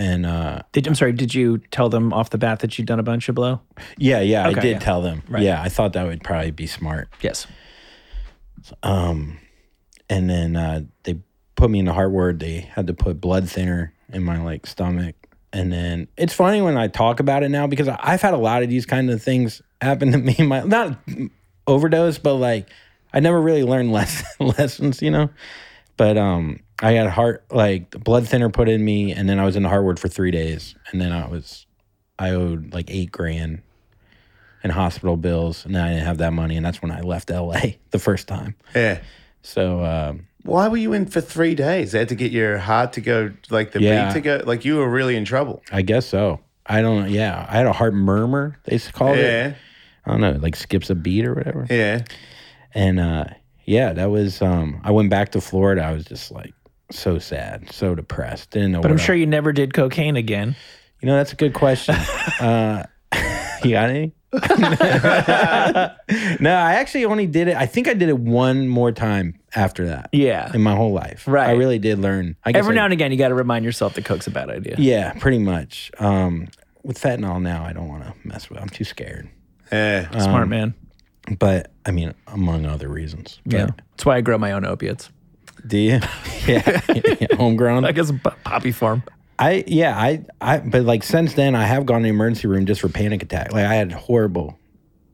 A: And uh,
E: Did, I'm sorry, did you tell them off the bat that you'd done a bunch of blow?
A: yeah, yeah,
E: Okay,
A: I did
E: yeah.
A: tell them. Yeah, I thought that would probably be smart.
E: Yes.
A: Um, and then uh, they put me in the heart ward. They had to put blood thinner in my like stomach. And then it's funny when I talk about it now because I- I've had a lot of these kind of things happen to me. in My not overdose, but like I never really learned less, lessons, you know. But um, I had heart like the blood thinner put in me, and then I was in the heart ward for three days, and then I was I owed like eight grand in hospital bills, and then I didn't have that money, and that's when I left LA the first time.
C: Yeah.
A: So um,
C: eh. Why were you in for three days? They had to get your heart to go, like the
A: Yeah.
C: beat to go. Like you were really in trouble.
A: I guess so. I don't know. Yeah, I had a heart murmur. They used to call it.
C: Yeah.
A: I don't know, like skips a beat or whatever.
C: Yeah.
A: And uh, yeah, that was. Um, I went back to Florida. I was just like so sad, so depressed. Didn't know.
E: But I'm
A: what I-
E: sure you never did cocaine again.
A: you know that's a good question. uh, you got any? No, I actually only did it. I think I did it one more time after that.
E: Yeah.
A: in my whole life. I
E: Right.
A: really did learn. I guess
E: Every
A: I-
E: now and again, you got to remind yourself that Coke's a bad idea.
A: Yeah, pretty much. Um, with fentanyl now, I don't want to mess with. I'm too scared.
C: Yeah.
A: Uh.
E: Smart man.
A: But I mean, among other reasons. But-
E: Yeah. That's why I grow my own opiates.
A: Do you? yeah, homegrown.
E: I guess a po- poppy farm.
A: I yeah I I but like since then I have gone to the emergency room just for panic attack. Like I had horrible,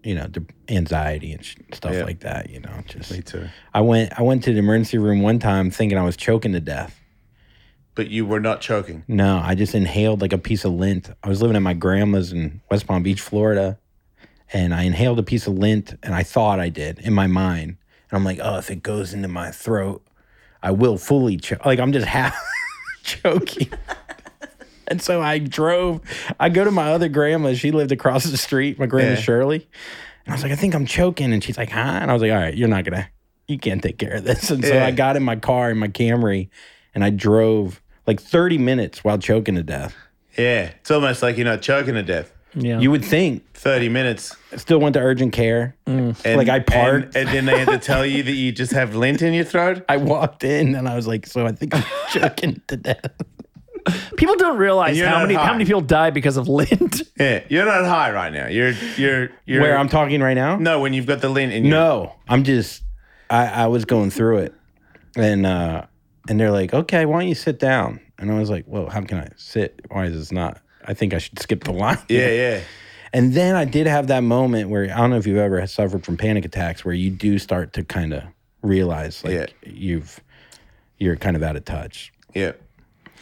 A: you know, de- anxiety and sh- stuff
C: Yeah.
A: like that. You know, just
C: Me too.
A: I went I went to the emergency room one time thinking I was choking to death.
C: But you were not choking.
A: No, I just inhaled like a piece of lint. I was living at my grandma's in West Palm Beach, Florida, and I inhaled a piece of lint, and I thought I did in my mind, and I'm like, oh, if it goes into my throat, I will fully choke. Like I'm just half choking. And so I drove. I go to my other grandma. She lived across the street. My grandma
C: Yeah.
A: Shirley. And I was like, I think I'm choking. And she's like, huh? And I was like, all right, you're not gonna, you can't take care of this. And so
C: Yeah.
A: I got in my car in my Camry, and I drove like 30 minutes while choking to death.
C: Yeah. It's almost like you're not choking to death.
E: Yeah.
A: You would think.
C: 30 minutes.
A: I still went to urgent care.
C: And,
A: Like I parked.
C: And, and then they had to tell you that you just have lint in your throat.
A: I walked in and I was like, so I think I'm choking to death.
E: people don't realize
C: You're
E: how
C: not
E: many
C: high.
E: how many people die because of lint.
C: Yeah. Eh, You're not high right now. You're, you're, you're.
A: Where I'm talking right now?
C: No, when you've got the lint in your
A: No, I'm just I, I was going through it, and uh, and they're like, okay, why don't you sit down? And I was like, well, how can I sit? Why is this not? I think I should skip the line.
C: Yeah, yeah.
A: And then I did have that moment where I don't know if you've ever suffered from panic attacks, where you do start to kind of realize like
C: Yeah.
A: you've you're kind of out of touch.
C: Yeah.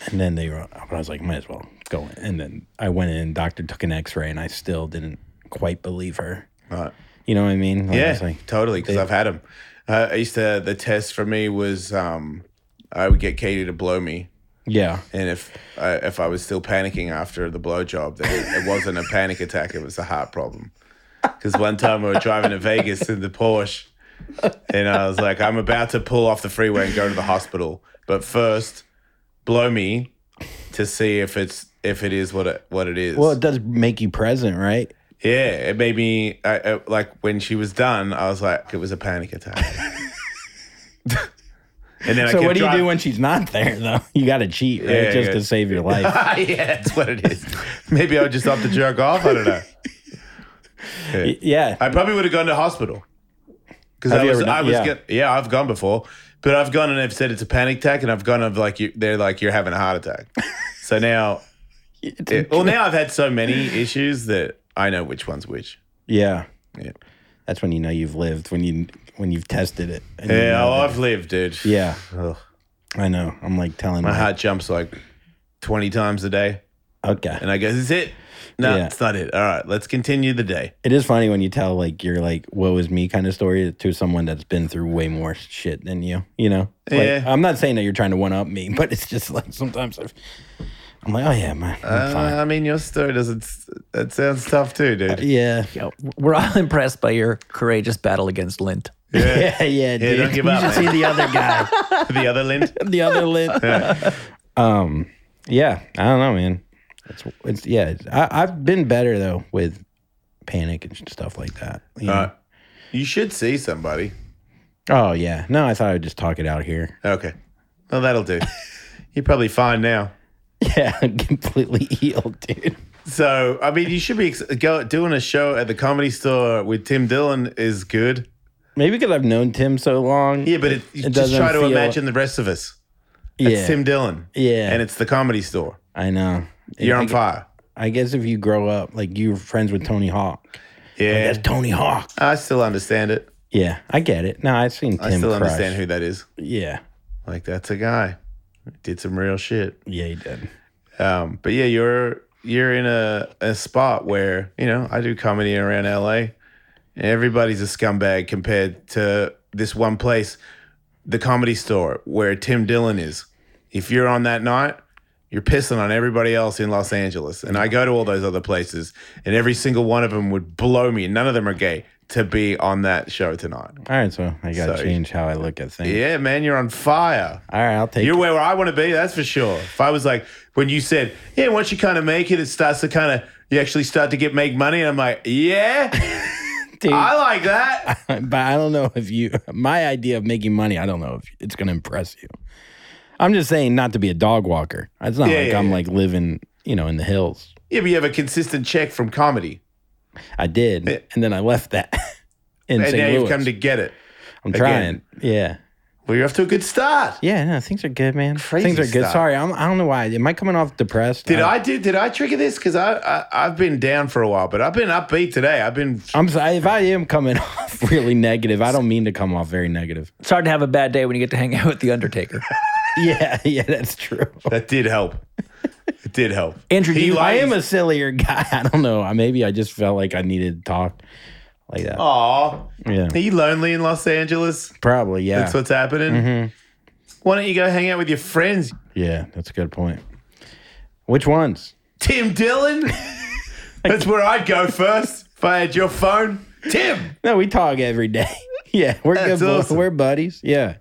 A: And then they were, but I was like, might as well go. In. And then I went in. Doctor took an X-ray, and I still didn't quite believe her.
C: Right.
A: You know what I mean? Like, I
C: Yeah,
A: was like,
C: totally. Because I've had them. Uh, I used to. The test for me was um, I would get Katie to blow me,
A: yeah.
C: and if I if I was still panicking after the blowjob, then it wasn't a panic attack. It was a heart problem. Because one time we were driving to Vegas in the Porsche, and I was like, I'm about to pull off the freeway and go to the hospital, but first, blow me to see if it's if it is what it what it is.
A: Well, it does make you present, right?
C: Yeah, it made me I, I, like when she was done. I was like, it was a panic attack. and then I
A: So
C: kept
A: what do you do
C: driving-
A: when she's not there though? You got to cheat, right?
C: Yeah,
A: just
C: yeah.
A: to save your life.
C: yeah, that's what it is. Maybe I would just opt to jerk off. I don't know.
A: Y- yeah.
C: I probably would have gone to hospital because
A: Have
C: I
A: you
C: was.
A: ever done-
C: I was.
A: yeah.
C: Yeah. yeah, I've gone before, but I've gone and they've said it's a panic attack, and I've gone of like you, they're like you're having a heart attack. so now, yeah, well, now I've had so many issues that I know which one's which.
A: yeah.
C: Yeah.
A: That's when you know you've lived when you when you've tested it. and you
C: Yeah,
A: know
C: well,
A: that-
C: I've lived, dude.
A: yeah.
C: Ugh.
A: I know. I'm like telling
C: My
A: my-
C: heart jumps like 20 times a day.
A: Okay.
C: And I go, is this it? No,
A: Yeah.
C: it's not it. All right, let's continue the day.
A: It is funny when you tell like your like woe is me kind of story to someone that's been through way more shit than you. You know. Like,
C: Yeah.
A: I'm not saying that you're trying to one up me, but it's just like sometimes I've, I'm like, oh yeah, man, I'm
C: Uh,
A: fine. Uh,
C: I mean, your story doesn't, that sounds tough too, dude.
A: Yeah.
E: Yeah, we're all impressed by your courageous battle against lint.
C: Yeah.
A: Yeah, yeah, dude.
C: don't give up,
A: You should
C: man.
A: see the other guy.
C: the other lint.
A: the other lid. um, yeah, I don't know, man. It's it's yeah. It's, I, I've been better though with panic and stuff like that. you know?
C: All right. You should see somebody.
A: Oh yeah. No, I thought I'd just talk it out here.
C: Okay. Well, that'll do. You're probably fine now.
A: Yeah, I'm completely healed, dude.
C: So, I mean, you should be ex- go, doing a show at the comedy store with Tim Dillon is good.
A: Maybe because I've known Tim so long.
C: Yeah, but it, you just
A: doesn't
C: try to
A: feel-
C: imagine the rest of us. It's
A: yeah,
C: Tim Dillon.
A: yeah.
C: And it's the comedy store.
A: I know.
C: You're
A: I,
C: on fire.
A: I guess if you grow up, like you're friends with Tony Hawk.
C: Yeah.
A: That's Tony Hawk.
C: I still understand it.
A: Yeah, I get it. No, I've seen Tim.
C: I still
A: crush.
C: understand who that is.
A: Yeah,
C: Like that's a guy. Did some real shit.
A: yeah, he did.
C: Um, but yeah, you're you're in a, a spot where, you know, I do comedy around LA. And everybody's a scumbag compared to this one place, the comedy store, where Tim Dillon is. If you're on that night, you're pissing on everybody else in Los Angeles. And I go to all those other places, and every single one of them would blow me. None of them are gay to be on that show tonight.
A: All right, so I gotta
C: So-
A: change how I look at things.
C: Yeah, man, you're on fire.
A: All right, I'll take.
C: You're
A: it.
C: where I want to be, that's for sure. If I was like, when you said, yeah, once you kind of make it, it starts to kind of, you actually start to get make money, and I'm like, yeah, I like that.
A: but I don't know if you. My idea of making money, I don't know if it's going to impress you. I'm just saying not to be a dog walker. It's not
C: Yeah,
A: like
C: yeah,
A: I'm
C: yeah.
A: like living, you know, in the hills.
C: Yeah, but you have a consistent check from comedy,
A: I did,
C: Yeah.
A: and then I left that in
C: and
A: St.
C: now
A: Louis.
C: you've come to get it.
A: I'm
C: again.
A: trying. Yeah.
C: Well, you're off to a good start.
A: Yeah, no, things are good, man.
C: Crazy
A: things are good.
C: stuff.
A: Sorry, I'm, I don't know why. Am I coming off depressed?
C: Did I did did I trigger this? Because I, I I've been down for a while, but I've been upbeat today. I've been
A: I'm sorry if I am coming off really negative. I don't mean to come off very negative.
E: It's hard to have a bad day when you get to hang out with the Undertaker.
A: Yeah, yeah, that's true.
C: that did help. It did help.
E: Andrew,
C: He
E: you-
A: I am
C: lays-
A: a sillier guy. I don't know. I- Maybe I just felt like I needed to talk like
C: Oh,
A: that.
C: Aw,
A: yeah,
C: are you lonely in Los Angeles?
A: probably. Yeah, Mm-hmm.
C: That's what's happening. Why don't you go hang out with your friends,
A: yeah, that's a good point. Which ones?
C: Tim Dillon? That's where I'd go first if I had your phone. Tim,
A: No, we talk every day. yeah, we're
C: That's
A: good. bu-
C: awesome.
A: We're buddies. Yeah,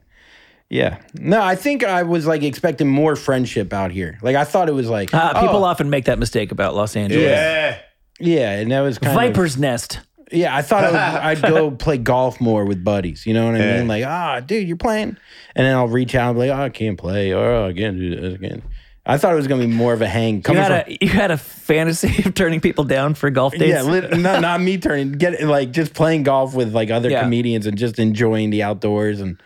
A: yeah. No, I think I was like expecting more friendship out here. Like I thought it was like
E: Uh, people
A: oh,
E: often make that mistake about Los Angeles.
C: yeah,
A: yeah, and that was kind of-
E: Viper's Nest.
A: Yeah, I thought I would, I'd go play golf more with buddies. You know what I
C: Yeah.
A: mean? Like, ah, dude, you're playing, and then I'll reach out and be like, oh, I can't play, or oh, I can't do this again. I thought it was gonna be more of a hang.
E: You
A: Coming
E: had,
A: from,
E: a, you had a fantasy of turning people down for golf dates.
A: yeah, lit, not not me turning. Get like just playing golf with like other
E: Yeah.
A: comedians and just enjoying the outdoors and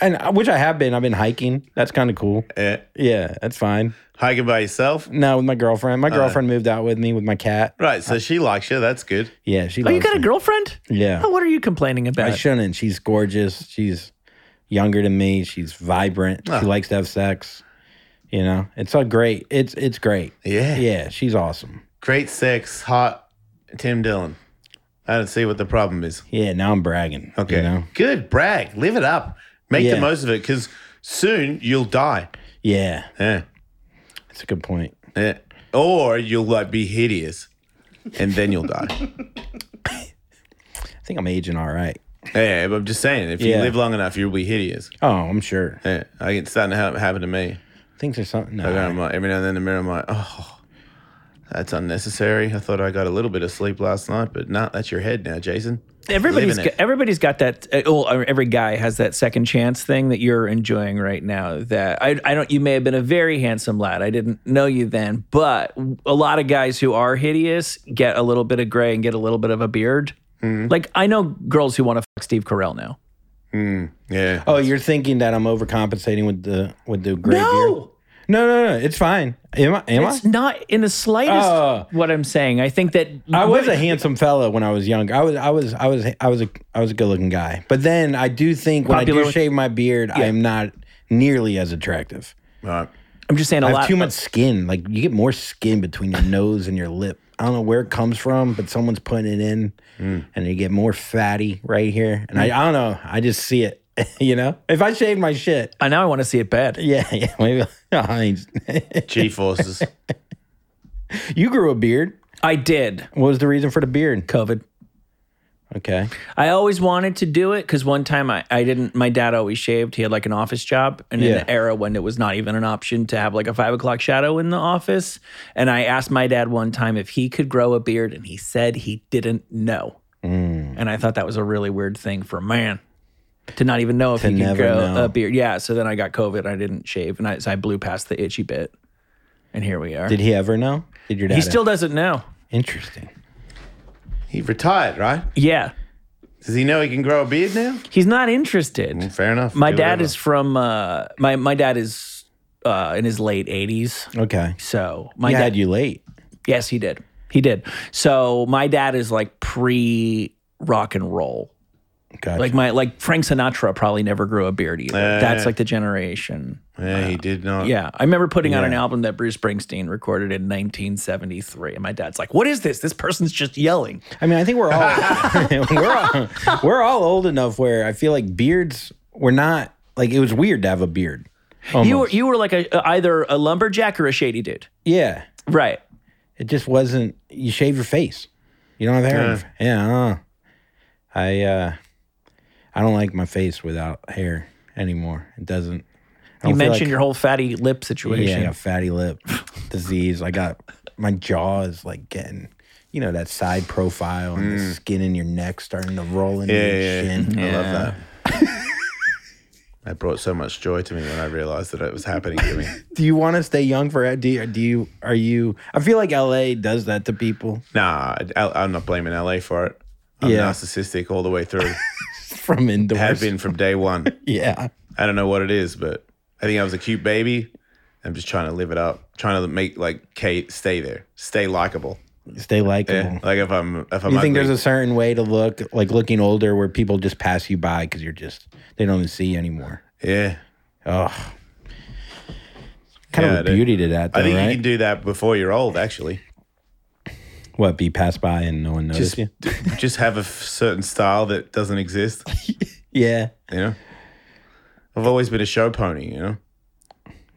A: and I- which I have been. I've been hiking. That's kind of cool.
C: yeah.
A: Yeah, that's fine.
C: Hiking by yourself,
A: No, with my girlfriend. My girlfriend moved out with me with my cat.
C: right? So she likes you. That's good.
A: Yeah, she.
E: oh, you
A: loves
E: got a
A: me.
E: girlfriend?
A: Yeah.
E: Oh, what are you complaining
A: I
E: about?
A: shouldn't. She's gorgeous. She's younger than me. She's vibrant.
C: Oh.
A: She likes to have sex. You know, it's a great. It's it's great.
C: Yeah.
A: Yeah, she's awesome.
C: Great sex, hot Tim Dillon. I don't see what the problem is.
A: Yeah, now I'm bragging.
C: Okay.
A: You know?
C: Good. Brag. Live it up. Make
A: Yeah.
C: the most of it because soon you'll die.
A: Yeah,
C: Yeah.
A: that's a good point.
C: Yeah. Or you'll like be hideous and then you'll die.
A: I think I'm aging all right.
C: yeah. but I'm just saying, if you
A: Yeah.
C: live long enough, you'll be hideous.
A: Oh, I'm sure.
C: Yeah. I it's starting to ha- happen to me.
A: Things are something.
C: I
A: No,
C: got my, every now and then in the mirror, I'm like, oh, that's unnecessary. I thought I got a little bit of sleep last night, but nah, that's your head now, Jason.
E: Everybody's
C: Living it.
E: got, everybody's got that. uh, Well, every guy has that second chance thing that you're enjoying right now. That I, I don't. You may have been a very handsome lad. I didn't know you then, but a lot of guys who are hideous get a little bit of gray and get a little bit of a beard.
A: Mm-hmm.
E: Like I know girls who want to fuck Steve Carell now.
C: Yeah.
A: oh, you're thinking that I'm overcompensating with the with the gray beard? No, no, no. It's fine. Am I? Am I?
E: it's not in the slightest.
A: Oh.
E: what I'm saying, I think that
A: I was a handsome fella when I was younger. I was, I was, I was, I was a, I was a good-looking guy. But then I do think when
E: Popular
A: I do
E: with-
A: shave my beard, I am not nearly as attractive.
C: All right.
E: I'm just saying a
A: I
E: lot.
A: have too much skin. Like you get more skin between your nose and your lip. I don't know where it comes from, but someone's putting it in,
E: Mm.
A: and you get more fatty right here. And I, I don't know. I just see it. you know, if I shave my shit,
E: I now I want to see it bad.
A: yeah, yeah, maybe. I ain't-
C: G forces.
A: you grew a beard.
E: I did
A: What was the reason for the beard?
E: COVID.
A: Okay.
E: I always wanted to do it because one time I, I didn't. My dad always shaved. He had like an office job, and in
A: Yeah.
E: an era when it was not even an option to have like a five o'clock shadow in the office. And I asked my dad one time if he could grow a beard, and he said he didn't know.
A: Mm.
E: And I thought that was a really weird thing for a man to not even know if he could
A: never
E: grow
A: know.
E: a beard. Yeah. So then I got COVID. and I didn't shave, and I, so I blew past the itchy bit, and here we are.
A: Did he ever know? Did your dad?
E: he still doesn't know.
A: interesting.
C: he retired, right?
E: Yeah,
C: Does he know he can grow a beard now?
E: he's not interested.
A: Mm.
C: Fair enough.
E: My
C: Do
E: dad
C: whatever.
E: is from uh, my my dad is uh, in his late eighties.
A: Okay.
E: So my
A: He
E: dad,
A: had you late.
E: yes, he did, he did. So my dad is like pre rock and roll.
A: Gotcha.
E: Like my like Frank Sinatra probably never grew a beard either.
A: Eh.
C: Yeah.
E: That's like the generation.
C: Yeah, he did not.
E: Yeah, I remember putting out an album that Bruce Springsteen recorded in 1973, and my dad's like, "What is this? This person's just yelling."
A: I mean, I think we're all we're all, we're all old enough where I feel like beards were not like it was weird to have a beard.
E: You were you were like a either a lumberjack or a shady dude,
A: Yeah,
E: right?
A: it just wasn't. You shave your face. You don't have hair. on your- Yeah, uh, I uh, I don't like my face without hair anymore. It doesn't. I
E: You
A: don't feel
E: mentioned
A: like-
E: your whole fatty lip situation.
A: yeah, I got fatty lip disease. I got my jaw is like getting, you know, that side profile and the skin in your neck starting to roll into your
C: Mm. Yeah, yeah,
A: shin.
C: I love that. That brought so much joy to me when I realized that it was happening to me.
A: Do you want to stay young for? Do you, do you? Are you? I feel like LA does that to people
C: Nah, I, am not blaming LA for it. I'm
A: Yeah.
C: narcissistic all the way through.
A: from indoors.
C: Have been from day one.
A: Yeah.
C: I don't know what it is, but I think I was a cute baby. I'm just trying to live it up, trying to make like Kate stay there, stay likable.
A: Stay likable.
C: Yeah, like if I'm if I'm
A: You think
C: ugly,
A: there's a certain way to look, like looking older, where people just pass you by because you're just they don't even see you anymore.
C: yeah.
A: Oh, kind
C: Yeah,
A: of a
C: dude.
A: beauty to that, though,
C: I think
A: right?
C: you can do that before you're old, actually.
A: what be passed by and no one notices
C: Just
A: you?
C: d- just have a f- certain style that doesn't exist.
A: Yeah,
C: You know, I've always been a show pony. You know,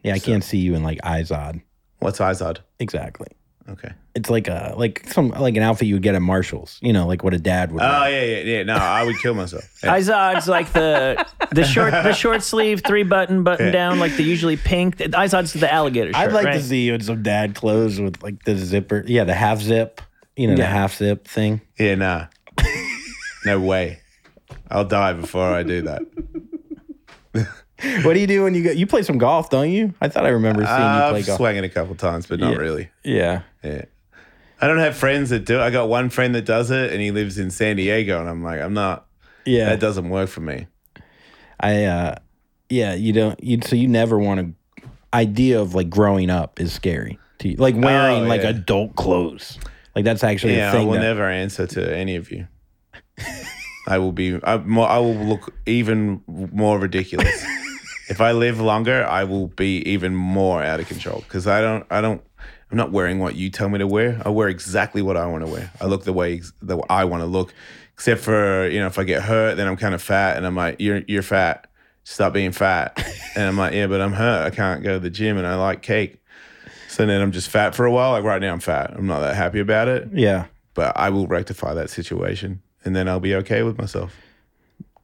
A: yeah. I can't see you in like Izod.
C: what's Izod?
A: Exactly.
C: Okay.
A: It's like a like some like an outfit you would get at Marshalls. You know, like what a dad would.
C: Oh
A: wear.
C: yeah, yeah, yeah. No, I would kill myself. Yeah.
E: Izod's like the the short the short sleeve three button button down like the usually pink. Izod's the alligator shirt.
A: I'd like
E: right?
A: to see you in some dad clothes with like the zipper. Yeah, the half zip. You know, the half zip thing.
C: yeah, nah. no way. I'll die before I do that.
A: What do you do when you go? You play some golf, don't you? I thought I remember seeing you play
C: I've
A: golf.
C: swung it a couple times, but not really.
A: Yeah.
C: Yeah. I don't have friends that do it. I got one friend that does it, and he lives in San Diego, and I'm like, I'm not.
A: Yeah.
C: That doesn't work for me.
A: I uh yeah, you don't you so you never want to idea of like growing up is scary to you. Like wearing
C: Oh,
A: like
C: yeah.
A: adult clothes. Like that's actually
C: Yeah,
A: a
C: I
A: thing.
C: will
A: that-
C: never answer to any of you. I will be. I, more, I will look even more ridiculous. if I live longer, I will be even more out of control because I don't. I don't. I'm not wearing what you tell me to wear. I wear exactly what I want to wear. I look the way ex- that I want to look, except for you know if I get hurt, then I'm kind of fat, and I'm like, you're you're fat. Stop being fat. And I'm like, yeah, but I'm hurt. I can't go to the gym, and I like cake. So then I'm just fat for a while. Like right now, I'm fat. I'm not that happy about it
A: yeah.
C: but I will rectify that situation and then I'll be okay with myself.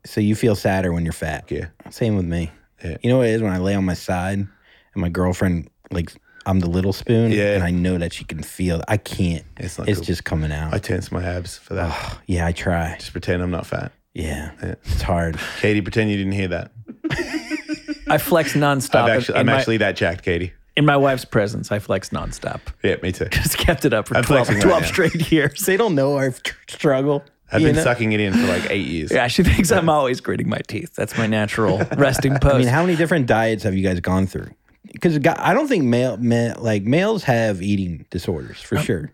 A: So you feel sadder when you're fat.
C: Yeah.
A: Same with me.
C: Yeah.
A: You know what it is when I lay on my side and my girlfriend like I'm the little spoon
C: Yeah.
A: and I know that she can feel I can't.
C: It's not
A: It's
C: cool.
A: just coming out.
C: I tense my abs for
E: Ah.
C: that.
A: yeah, I try.
C: Just pretend I'm not fat.
A: Yeah. It's hard.
C: Katie, pretend you didn't hear that.
E: I flex nonstop.
C: I'm
E: in-
C: actually,
E: in,
C: I'm
E: my,
C: actually that jacked, Katie.
E: in my wife's presence, I flex nonstop.
C: Yeah, me too.
E: Just kept it up for
C: I'm
E: 12,
C: flexing right
E: 12
C: now.
E: straight years.
A: They don't know our tr- struggle.
C: I've
A: you
C: been
A: know?
C: sucking it in for like eight years.
E: Yeah, she thinks I'm always gritting my teeth. That's my natural resting pose.
A: I mean, how many different diets have you guys gone through? Because I don't think male, ma like males have eating disorders for sure,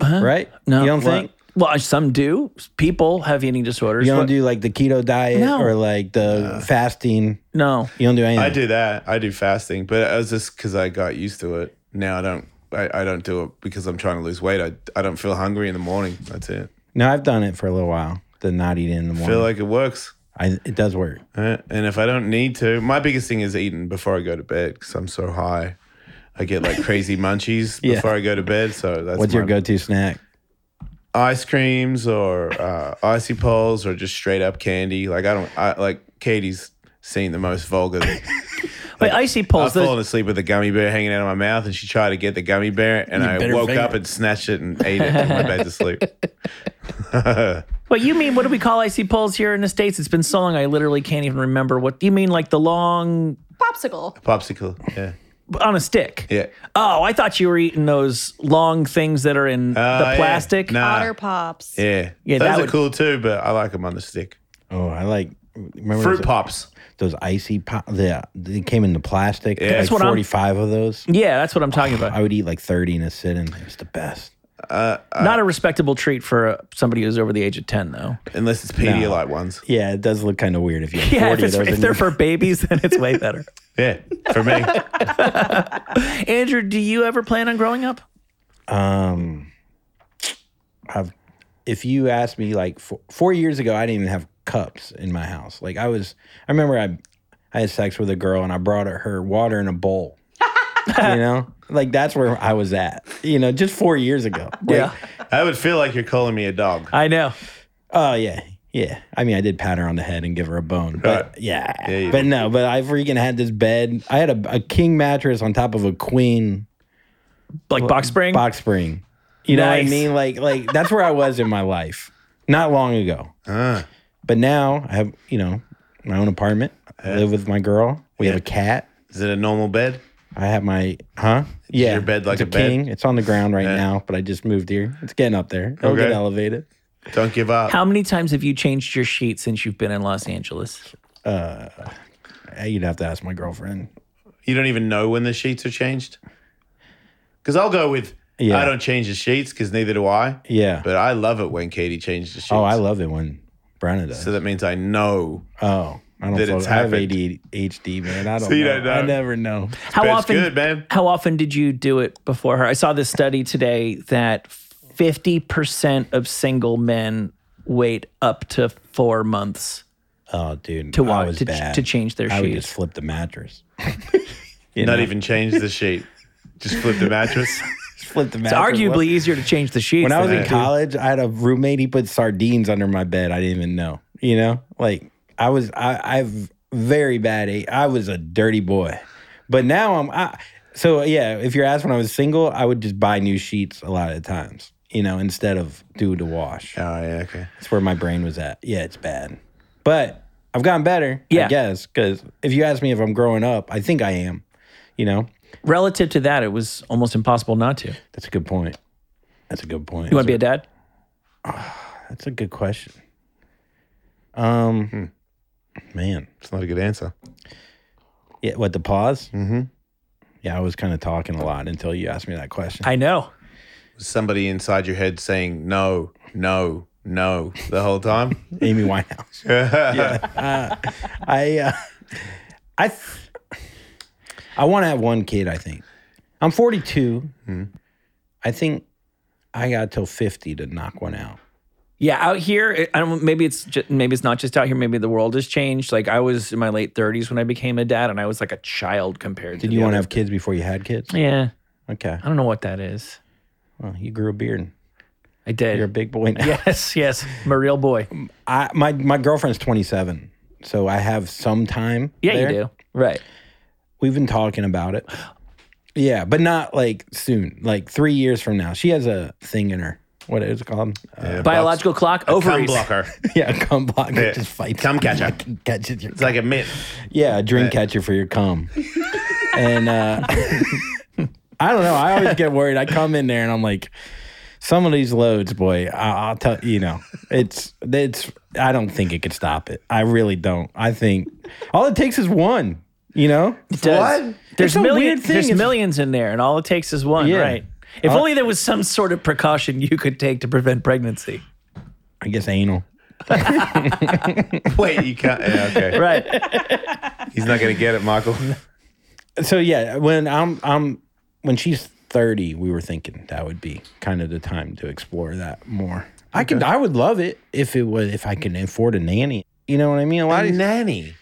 A: right?
E: Uh, no,
A: you don't
E: well,
A: think
E: Well, some do. People have eating disorders.
A: you don't
E: What-
A: do like the keto diet
E: No.
A: or like the fasting.
E: no.
A: You don't do anything.
C: I do that. I do fasting, but I was just because I got used to it. Now I don't. I, I don't do it because I'm trying to lose weight. I, I don't feel hungry in the morning. That's it.
A: No, I've done it for a little while. The not eating in the
C: I feel
A: morning.
C: like it works.
A: I, it does work.
C: Uh, and if I don't need to, my biggest thing is eating before I go to bed because I'm so high. I get like crazy munchies
A: Yeah.
C: before I go to bed. So that's
A: What's your
C: my-
A: go-to snack?
C: ice creams or uh, icy poles or just straight up candy. Like I don't I, like Katie's seen the most vulgar. thing.
E: Wait, icy
C: I've
E: poles. those-
C: fallen asleep with a gummy bear hanging out of my mouth, and she tried to get the gummy bear, and I
A: better
C: woke
A: finger
C: up
A: it.
C: and snatched it and ate it and went back to sleep.
E: What you mean? What do we call icy poles here in the states? It's been so long, I literally can't even remember. What do you mean? Like the long
B: Popsicle.
C: Popsicle. Yeah.
E: on a stick?
C: Yeah.
E: Oh, I thought you were eating those long things that are in
C: Uh,
E: the
C: yeah.
E: plastic.
C: Nah.
B: Otter Pops.
C: Yeah.
E: Yeah,
C: Those
E: that
C: are
E: would-
C: cool too, but I like them on the stick.
A: Oh, I like remember
C: Fruit
A: those,
C: pops.
A: those icy pop. The they came in the plastic.
C: Yeah. That's
A: like
E: what I'm-
A: forty-five of those.
E: Yeah, that's what I'm talking about.
A: I would eat like thirty in a sitting. It was the best.
E: Not a respectable treat for uh, somebody who's over the age of ten, though.
C: Unless it's Pedialyte ones.
A: Yeah, it does look kind of weird if you have
E: Yeah, if,
A: forty
E: it's,
A: of those.
E: if
A: in
E: they're
A: your-
E: for babies, then it's way better.
C: Yeah, for me.
E: Andrew, do you ever plan on growing up?
A: Um, I've, if you asked me like four, four years ago, I didn't even have cups in my house. Like I was, I remember I, I had sex with a girl and I brought her, her water in a bowl. you know, like that's where I was at. You know, just four years ago. Like,
E: Yeah.
C: I would feel like you're calling me a dog.
E: I know.
A: Oh yeah, yeah. I mean, I did pat her on the head and give her a bone, but
C: Right.
A: yeah.
C: Yeah, you
A: but no, but I freaking had this bed. I had a, a king mattress on top of a queen
D: like box spring.
A: box spring. You know what I
D: Nice.
A: mean? Like like that's where I was in my life not long ago. But now I have you know my own apartment. I live with my girl. We have a cat.
C: Is it a normal bed?
A: I have my huh? Yeah,
C: your bed like
A: it's
C: a bed?
A: king. It's on the ground right
C: Yeah.
A: now, but I just moved here. It's getting up there. It'll
C: Okay.
A: get elevated.
C: Don't give up.
E: How many times have you changed your sheet since you've been in Los Angeles?
A: Eh, You'd have to ask my girlfriend.
C: You don't even know when the sheets are changed? Because I'll go with
A: Yeah.
C: I don't change the sheets because neither do I.
A: Yeah.
C: But I love it when Katie changes the sheets.
A: oh, I love it when Brenna does.
C: So that means I know.
A: oh, I don't.
C: that
A: fuck-
C: it's
A: I have
C: happened.
A: ADHD, man. I don't.
C: you
A: know.
C: don't know.
A: I never know.
E: How
C: That's
E: often?
C: good, man.
E: How often did you do it before her? I saw this study today that fifty percent of single men wait up to four months
A: Oh, dude,
E: to
A: I
E: walk,
A: was
E: to,
A: bad.
E: to change their
A: I would
E: sheet.
A: just flip the mattress.
C: Not even change the sheet. Just flip the mattress.
A: Flip the
E: it's
A: mattress.
E: arguably easier to change the sheets.
A: When I was
E: than
A: in
E: to-
A: college, I had a roommate. He put sardines under my bed. I didn't even know. You know, like I was. I I've very bad. a- I was a dirty boy, but now I'm. I, so yeah, if you're asked when I was single, I would just buy new sheets a lot of the times. You know, instead of do the wash.
C: Oh, yeah, okay.
A: That's where my brain was at. Yeah, it's bad, but I've gotten better. I
E: Yeah.
A: guess because if you ask me if I'm growing up, I think I am. You know,
E: relative to that, it was almost impossible not to.
A: that's a good point. That's a good point.
E: You want to be a dad?
A: That's a good question. Um, man,
C: It's not a good answer.
A: yeah. What the pause? Mm-hmm. Yeah, I was kind of talking a lot until you asked me that question.
E: I know.
C: Somebody inside your head saying no, no, no the whole time.
A: Amy Winehouse.
C: yeah.
A: I, uh, I, th- I want to have one kid. I think I'm 42. I think I got till 50 to knock one out.
E: Yeah, out here, it- I don't. Maybe it's just, maybe it's not just out here. Maybe the world has changed. Like I was in my late thirties when I became a dad, and I was like a child compared to.
A: Did
E: the
A: you want to
E: other-
A: have kids before you had kids?
E: Yeah,
A: Okay.
E: I don't know what that is.
A: Well, you grew a beard.
E: I did.
A: You're a Mm, big boy now.
E: yes, yes, I'm a real boy.
A: I my my girlfriend's 27, so I have some time.
E: Yeah,
A: there.
E: you do. Right.
A: We've been talking about it. Yeah, but not like soon. Like three years from now, she has a thing in her. What is it called? Uh,
E: Biological clock
C: Cum
E: ovaries.
C: blocker.
A: yeah, a cum block.
C: Yeah.
A: It just fights.
C: Cum catcher.
A: catches your
C: It's like a mitt.
A: Yeah, a dream catcher for your cum. and uh, I don't know. I always get worried. I come in there and I'm like, some of these loads, boy. I, I'll tell you know, it's it's. I don't think it could stop it. I really don't. I think all it takes is one. You know,
E: It does.
C: What?
E: There's
A: It's a
E: million-
A: weird thing.
E: There's
A: It's-
E: millions in there, and all it takes is one.
A: Yeah. Uh,
E: Right. If
A: I'll-
E: only there was some sort of precaution you could take to prevent pregnancy.
A: I guess anal.
C: Wait, you can't. Yeah, okay.
E: Right.
C: He's not going to get it, Michael.
A: So yeah, when I'm I'm when she's thirty, we were thinking that would be kind of the time to explore that more. I could I would love it if it was if I could afford a nanny. You know what I mean? A lot of these-
C: nanny.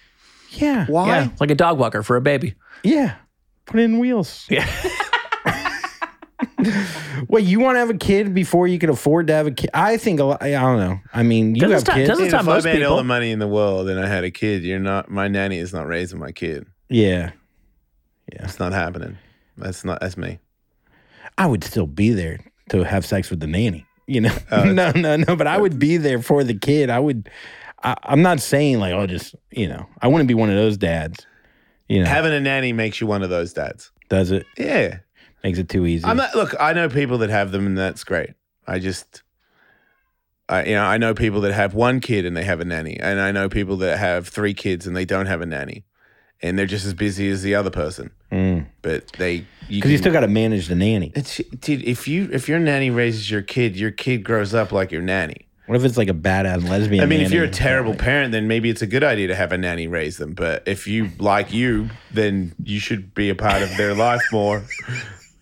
A: yeah.
C: Why?
E: Yeah, like a dog walker for a baby.
A: Yeah. Put in wheels.
E: Yeah.
A: Wait, you want to have a kid before you can afford to have a kid? I think a lot. I don't know. I mean, you
E: Doesn't
A: have
E: stop-
A: kids.
E: doesn't- That's
C: Dude,
E: not
C: if
E: most
C: I made all
E: people.
C: the money in the world and I had a kid, you're not. My nanny is not raising my kid.
A: yeah,
C: It's not happening. That's not. That's me.
A: I would still be there to have sex with the nanny. You know,
C: Oh,
A: no, no, no. But I would be there for the kid. I would. I, I'm not saying like, oh, just you know, I wouldn't be one of those dads. You know,
C: Having a nanny makes you one of those dads.
A: does it
C: Yeah.
A: makes it too easy?
C: I'm not. Look, I know people that have them, and that's great. I just, I you know, I know people that have one kid and they have a nanny, and I know people that have three kids and they don't have a nanny, and they're just as busy as the other person.
A: Mm.
C: But they, you
A: because you
C: can-
A: still got to manage the nanny.
C: It's dude. If you if your nanny raises your kid, your kid grows up like your nanny.
A: What if it's like a badass lesbian?
C: I mean, if
A: nanny?
C: you're a terrible parent, then maybe it's a good idea to have a nanny raise them. But if you like you, then you should be a part of their life more.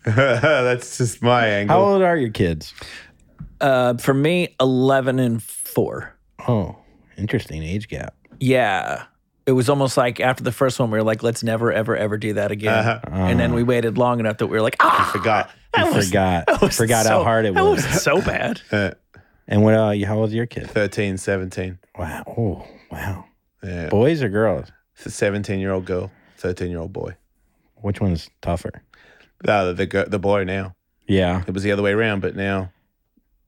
C: That's just my angle.
A: How old are your kids?
E: Uh, for me, eleven and four.
A: Oh, interesting age gap.
E: Yeah. It was almost like after the first one, we were like, let's never, ever, ever do that again.
C: Uh-huh.
E: And then we waited long enough that we were like, ah,
C: Forgot.
A: I forgot.
E: was
A: forgot
E: so-
A: how hard it
E: that
A: was.
E: was so bad.
C: Uh,
A: and what? Uh, how old's your kid?
C: 13, 17.
A: Wow. Oh, wow.
C: Yeah.
A: Boys or girls?
C: It's a 17 year old girl, 13 year old boy.
A: Which one's tougher?
C: uh, the go- the boy now.
A: Yeah.
C: It was the other way around, but now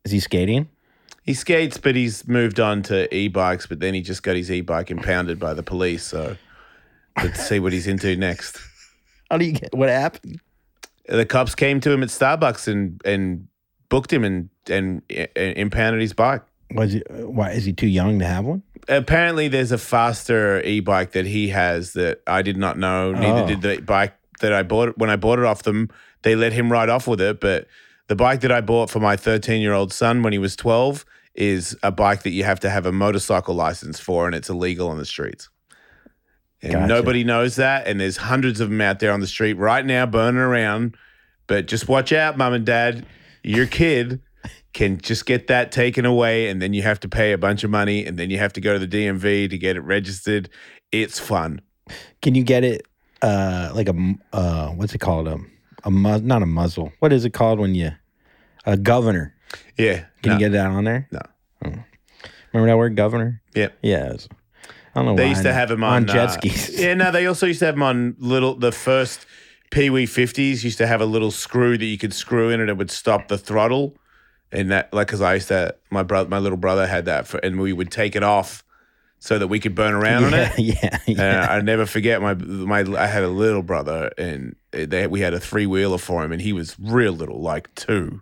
A: Is he skating?
C: he skates, but he's moved on to e-bikes. But then he just got his e-bike impounded by the police. So let's see what he's into next.
A: How do you get what happened?
C: The cops came to him at Starbucks and and booked him and and, and impounded his bike.
A: Was he, why is he too young to have one?
C: apparently there's a faster e-bike that he has that I did not know. Neither
A: Oh.
C: did the bike that I bought when I bought it off them. They let him ride off with it, but the bike that I bought for my 13 year old son when he was 12 is a bike that you have to have a motorcycle license for, and it's illegal on the streets. And
A: Gotcha.
C: nobody knows that, and there's hundreds of them out there on the street right now burning around. But just watch out, mum and dad. Your kid can just get that taken away and then you have to pay a bunch of money and then you have to go to the DMV to get it registered. It's fun.
A: Can you get it uh like a m- uh what's it called um a mu- not a muzzle. What is it called when you a governor?
C: Yeah.
A: Can
C: no.
A: you get that on there?
C: No.
A: Oh. Remember that word governor?
C: Yep.
A: Yeah. it was- I don't know
C: They
A: why
C: used
A: I
C: to
A: know.
C: have them on,
A: jet
C: uh,
A: skis.
C: yeah, no, they also used to have them on little the first Pee Wee fifties used to have a little screw that you could screw in and it would stop the throttle. And that like because I used to my brother my little brother had that for, and we would take it off so that we could burn around on it.
A: yeah, yeah, yeah.
C: And I never forget my my I had a little brother and they, we had a three wheeler for him and he was real little like two,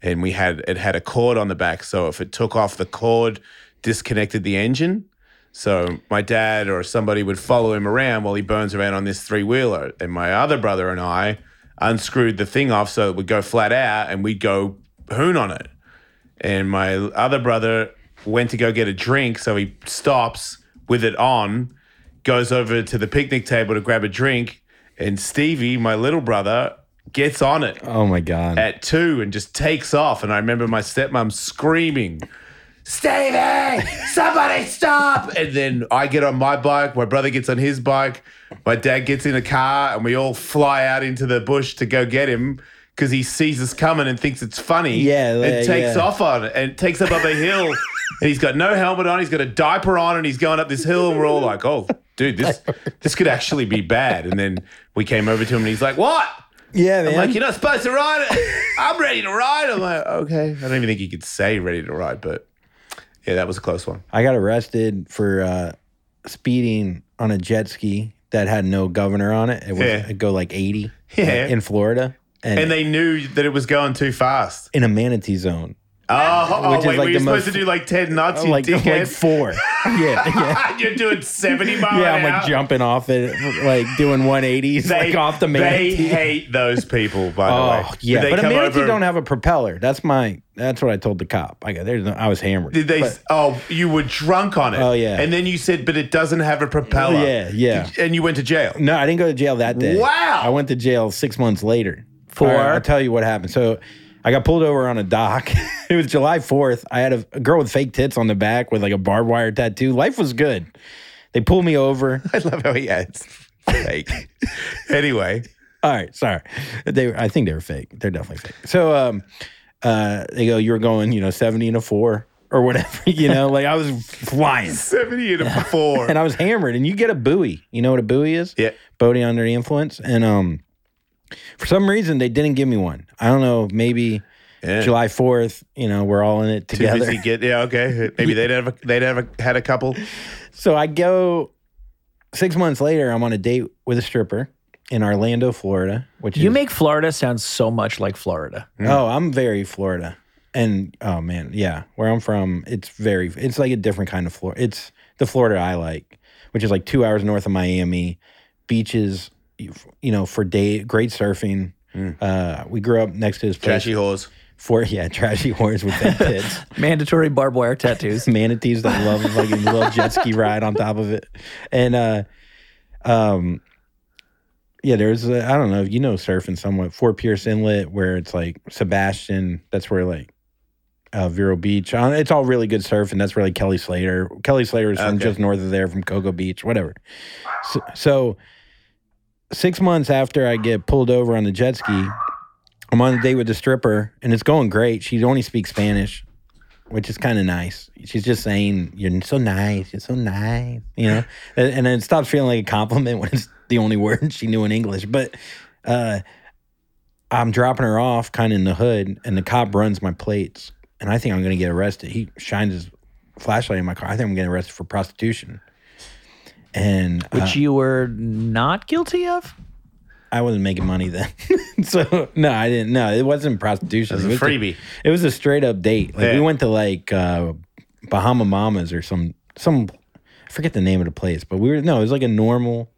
C: and we had it had a cord on the back so if it took off the cord, disconnected the engine, so my dad or somebody would follow him around while he burns around on this three wheeler and my other brother and I unscrewed the thing off so it would go flat out and we'd go hoon on it and my other brother went to go get a drink, so he stops with it on, goes over to the picnic table to grab a drink, and Stevie, my little brother, gets on it
A: Oh my god.
C: at two and just takes off. And I remember my stepmom screaming, Stevie, somebody stop. And then I get on my bike, my brother gets on his bike, my dad gets in a car, and we all fly out into the bush to go get him. Because he sees us coming and thinks it's funny,
A: Yeah, yeah,
C: and takes
A: yeah.
C: off on it and takes up up a hill. and he's got no helmet on, he's got a diaper on, and he's going up this hill. And we're all like, "Oh, dude, this this could actually be bad." And then we came over to him, and he's like, "What?"
A: yeah, man.
C: I'm like, you're not supposed to ride it. I'm ready to ride. I'm like, okay. I don't even think he could say ready to ride, but yeah, that was a close one.
A: I got arrested for uh, speeding on a jet ski that had no governor on it. It was
C: Yeah.
A: it'd go like 80
C: Yeah.
A: in Florida and,
C: And they knew that it was going too fast.
A: in a manatee zone.
C: Oh, oh,
A: Which is
C: wait,
A: like
C: were you
A: the
C: supposed to
A: most-
C: do like 10 knots, Oh, you
A: like, like
C: dickhead? Oh,
A: four. yeah, yeah.
C: you're doing 70 miles
A: Yeah, I'm like jumping off it, like doing 180s, like off the
C: They
A: manatee.
C: hate those people, by the way.
A: Oh
C: Did
A: yeah,
C: they
A: but a
C: come
A: manatee
C: over-
A: don't have a propeller. That's my. That's what I told the cop. I go, there's no. I was hammered.
C: Did they?
A: But-
C: oh, you were drunk on it.
A: Oh, yeah.
C: And then you said, but it doesn't have a propeller.
A: yeah, yeah.
C: And you went to jail.
A: No, I didn't go to jail that day.
C: Wow.
A: I went to jail six months later.
E: For?
A: All right, I'll tell you what happened. So I got pulled over on a dock. it was July 4th. I had a, a girl with fake tits on the back with like a barbed wire tattoo. Life was good. They pulled me over.
C: I love how he adds fake. anyway.
A: All right, sorry. They, were- I think they were fake. They're definitely fake. So, um, uh, they go, you're going, you know, seventy and a four or whatever. You know, like I was flying
C: 70 and a four.
A: and I was hammered. And you get a buoy. You know what a buoy is?
C: yeah.
A: boating under the influence. And um, for some reason, they didn't give me one. I don't know. Maybe
C: yeah.
A: July Fourth. You know, we're all in it
C: Too
A: together.
C: busy get yeah okay maybe they'd have a, they'd have a, had a couple
A: So I go six months later. I'm on a date with a stripper in Orlando, Florida. Which
E: You
A: is,
E: make Florida sound so much like Florida.
A: oh, I'm very Florida. And oh man, yeah, where I'm from, it's very. It's like a different kind of Florida. It's the Florida I like, which is like two hours north of Miami, beaches. You you know, for day, great surfing. Uh, we grew up next to this place.
C: trashy whores
A: Four, yeah, trashy whores with fake tits,
E: Mandatory barbed wire tattoos.
A: manatees that love a fucking little jet ski ride on top of it, and uh, um, yeah, there's I I don't know, you know, surfing somewhat. Fort Pierce Inlet, where it's like Sebastian, that's where like uh, Vero Beach. Uh, it's all really good surfing. That's where like Kelly Slater. Kelly Slater is from
C: Okay.
A: just north of there, from Cocoa Beach, whatever. So, so six months after I get pulled over on the jet ski, I'm on a date with the stripper, and it's going great. She only speaks Spanish, which is kind of nice. She's just saying, "You're so nice. You're so nice," you know. and, and then it stops feeling like a compliment when it's the only word she knew in English. But uh, I'm dropping her off kind of in the hood, and the cop runs my plates, and I think I'm going to get arrested. He shines his flashlight in my car. I think I'm getting arrested for prostitution. And uh,
E: Which you were not guilty of?
A: I wasn't making money then, so no, I didn't. No, it wasn't prostitution.
C: It was a
A: the-
C: freebie.
A: it was a straight up date. Like
C: Yeah.
A: we went to like uh, Bahama Mamas or some some. I forget the name of the place, but we were no. It was like a normal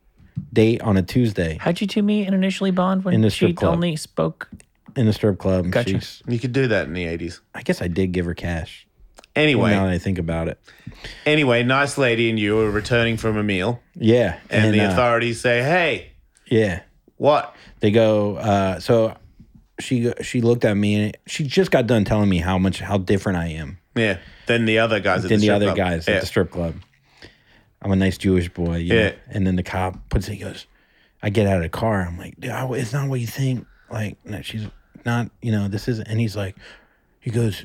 A: date on a Tuesday
E: How'd you two meet and initially bond when
A: In the strip
E: she
A: club.
E: only spoke?
A: in the strip club.
E: Gotcha.
A: She's-
C: You could do that in the 80s.
A: I guess I did give her cash.
C: Anyway,
A: Now that I think about it,
C: anyway, nice lady and you were returning from a meal,
A: yeah,
C: and, the
A: uh,
C: authorities say, "Hey,
A: yeah,
C: what?
A: they go. Uh, so she she looked at me and she just got done telling me how much how different I am
C: Yeah." Then the other guys. at
A: than
C: the,
A: the
C: strip
A: other
C: club.
A: guys
C: Yeah.
A: at the strip club. I'm a nice Jewish boy, you
C: Yeah.
A: know? And then the cop puts it. He goes, I get out of the car. I'm like, Dude, I- it's not what you think. Like, no, she's not. You know, this isn't. And he's like, he goes,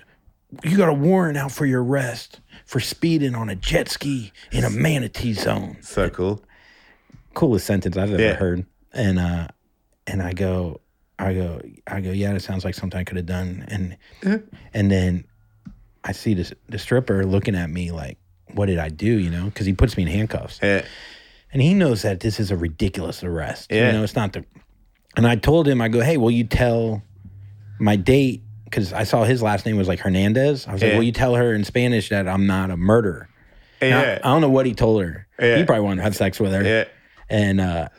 A: you got a warrant out for your arrest for speeding on a jet ski in a manatee zone
C: so cool.
A: coolest sentence I've ever
C: Yeah.
A: heard. And uh, and I go, I go, I go. Yeah, that sounds like something I could have done. And
C: Uh-huh.
A: and then I see this the stripper looking at me like, what did I do? You know, because he puts me in handcuffs,
C: Yeah.
A: and he knows that this is a ridiculous arrest.
C: Yeah.
A: You know, it's not the. And I told him, I go, hey, will you tell my date? Because I saw his last name was like Hernandez. I was
C: Yeah.
A: like, will you tell her in Spanish that I'm not a murderer? And I-
C: Yeah.
A: I, don't know what he told her.
C: Yeah.
A: He probably wanted to have sex with her
C: yeah.
A: and uh,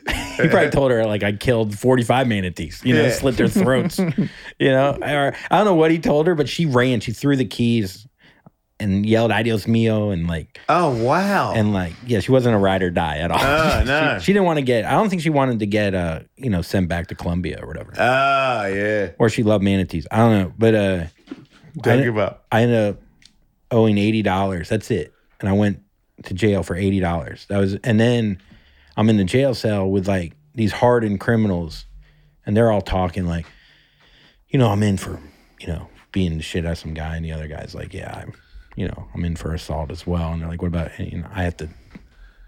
A: he probably told her like I killed forty five manatees, you know,
C: Yeah.
A: slit their throats, you know. Or I don't know what he told her, but she ran. She threw the keys and yelled "Adios mio" and like
C: Oh wow.
A: and like yeah, she wasn't a ride or die at all.
C: Oh, no.
A: she, she didn't want to get. I don't think she wanted to get uh you know sent back to Colombia or whatever.
C: ah yeah.
A: or she loved manatees. I don't know, but uh,
C: Don't
A: I-
C: give up.
A: I ended up owing eighty dollars. That's it. And I went to jail for eighty dollars. That was, and then I'm in the jail cell with like these hardened criminals, and they're all talking like, you know, I'm in for, you know, being the shit out of some guy, and the other guy's like, yeah, I'm, you know, I'm in for assault as well. And they're like, what about? And, you know, I have to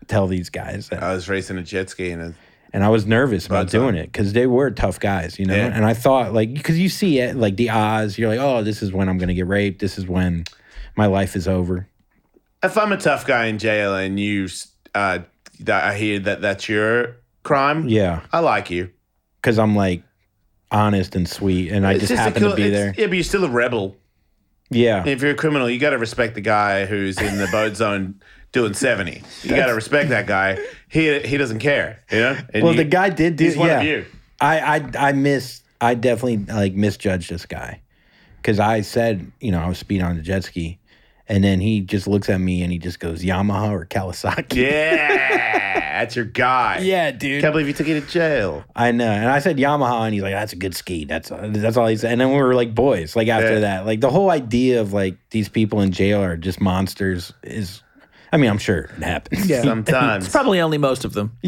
A: tell these guys that
C: I was racing a jet ski and a,
A: and I was nervous about
C: About time.
A: doing it because they were tough guys, you know.
C: Yeah.
A: And I thought, like, because you see it, like the odds, you're like, oh, this is when I'm going to get raped. This is when my life is over.
C: if I'm a tough guy in jail and you, uh, that I hear that that's your crime.
A: Yeah,
C: I like you.
A: because I'm like honest and sweet, and I
C: It's
A: just,
C: a
A: happen
C: cool-
A: to be
C: it's-
A: there.
C: Yeah, but you're still a rebel.
A: yeah,
C: If you're a criminal, you got to respect the guy who's in the boat zone doing 70. You got to respect that guy. He he doesn't care, you know? And
A: well,
C: you-
A: the guy did do.
C: he's one
A: yeah,
C: of you.
A: I, I, I miss. I definitely like misjudged this guy because I said, you know, I was speeding on the jet ski, and then he just looks at me and he just goes Yamaha or Kawasaki.
C: Yeah, that's your guy.
A: yeah, dude.
C: Can't believe you took you to jail.
A: I know. And I said Yamaha, and he's like, "That's a good ski. That's that's all he said." And then we were like boys. Like after
C: Yeah.
A: that, like the whole idea of like these people in jail are just monsters is. I mean, I'm sure it happens.
E: Yeah.
C: Sometimes.
E: It's probably only most of them.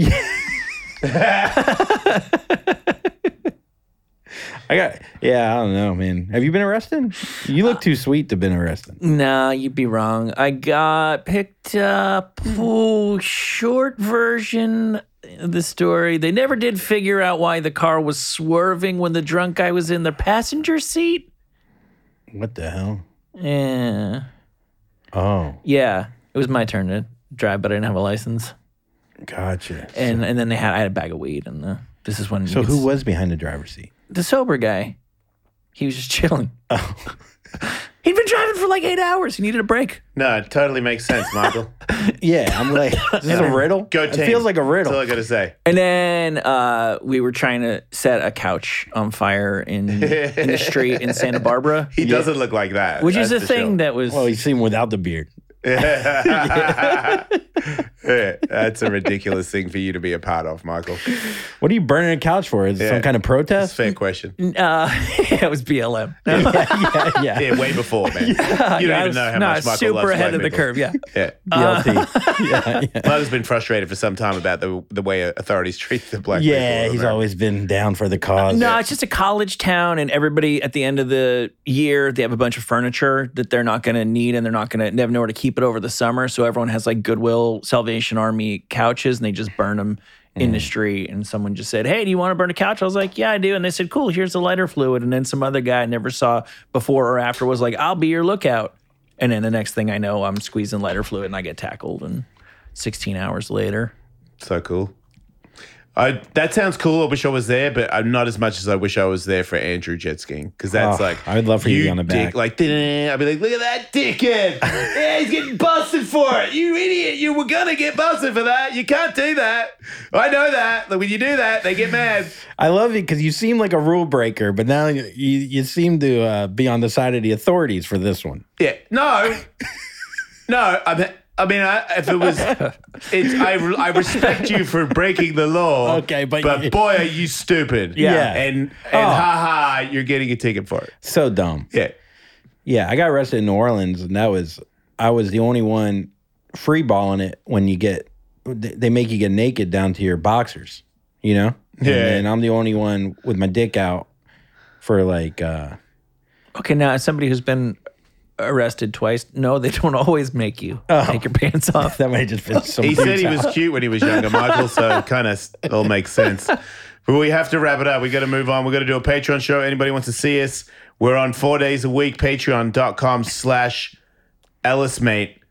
A: I got. Yeah, I don't know, man. Have you been arrested? You look too sweet to been arrested.
E: No, you'd be wrong. I got picked up. Ooh, short version of the story. They never did figure out why the car was swerving when the drunk guy was in the passenger seat.
A: What the hell?
E: Yeah.
A: Oh,
E: Yeah. It was my turn to drive, but I didn't have a license.
A: gotcha.
E: And and then they had I had a bag of weed and uh, this is when
A: So
E: you could
A: who
E: s-
A: was behind the driver's seat?
E: the sober guy. He was just chilling. Oh. He'd been driving for like eight hours. He needed a break.
C: no, it totally makes sense, Michael.
A: Yeah, I'm like, is this a riddle?
C: Go
A: It
C: team.
A: feels like a
C: That's all I
A: riddle.
C: got to say.
E: And then uh, we were trying to set a couch on fire in, in the street in Santa Barbara,
C: He doesn't look like that.
E: which is a
C: that's for
E: thing that was.
A: Well, you see him without the beard.
C: sure. Yeah, that's a ridiculous thing for you to be a part of, Michael. It's
A: What are you burning a couch for? Is it
C: Yeah.
A: some kind of
C: a
A: protest?
C: fair question.
E: uh, it was BLM. No,
A: yeah, yeah.
C: Yeah, way before, man. You don't
E: I
C: even
E: was-
C: know how
E: no, I
C: much
E: was
C: Michael
E: super
C: loves
E: ahead
C: white
E: of the
C: people.
E: curve. Yeah,
C: Yeah.
A: BLT. yeah, yeah.
C: Michael's been frustrated for some time about the the way authorities treat the black people.
A: Yeah,
C: in
A: he's
C: America.
A: always been down for the cause.
E: no, it's just a college town, and everybody at the end of the year they have a bunch of furniture that they're not going to need, and they're not going to they have nowhere to keep it over the summer. So everyone has like Goodwill Salvation Army couches, and they just burn them industry and someone just said, Hey, do you want to burn a couch? I was like, Yeah, I do. And they said, Cool, here's the lighter fluid. And then some other guy I never saw before or after was like, I'll be your lookout. And then the next thing I know, I'm squeezing lighter fluid and I get tackled. And 16 hours later,
C: So cool. I, that sounds cool. I wish I was there, but I'm not as much as I wish I was there for Andrew jet skiing because that's
A: Oh,
C: like
A: I would love for you to be on the
C: dick,
A: back.
C: Like "Ding." I'd be like, look at that dickhead. yeah, he's getting busted for it. You idiot. You were gonna get busted for that. You can't do that. I know that. Like when you do that, they get mad.
A: I love it because you seem like a rule breaker, but now you you, you seem to uh, be on the side of the authorities for this one.
C: Yeah. No. no. I'm. I mean, I, if it was, it's, I, I respect you for breaking the law.
A: Okay, but you-
C: boy, are you stupid.
A: Yeah. Oh.
C: And, and haha, you're getting a ticket for it.
A: So dumb.
C: Yeah.
A: Yeah, I got arrested in New Orleans, and that was I was the only one free balling it when you get they they make you get naked down to your boxers, you know.
C: Yeah.
A: and, then I'm the only one with my dick out for like uh
E: okay, now as somebody who's been arrested twice, no, they don't always make you take your pants off.
A: that might have just been some.
C: He said he
A: dude's
C: was cute when he was younger, Michael, so kind of all makes sense. But we have to wrap it up. We got to move on. We're going to do a Patreon show. Anybody wants to see us? We're on four days a week, patreon.com slash Ellis Mate.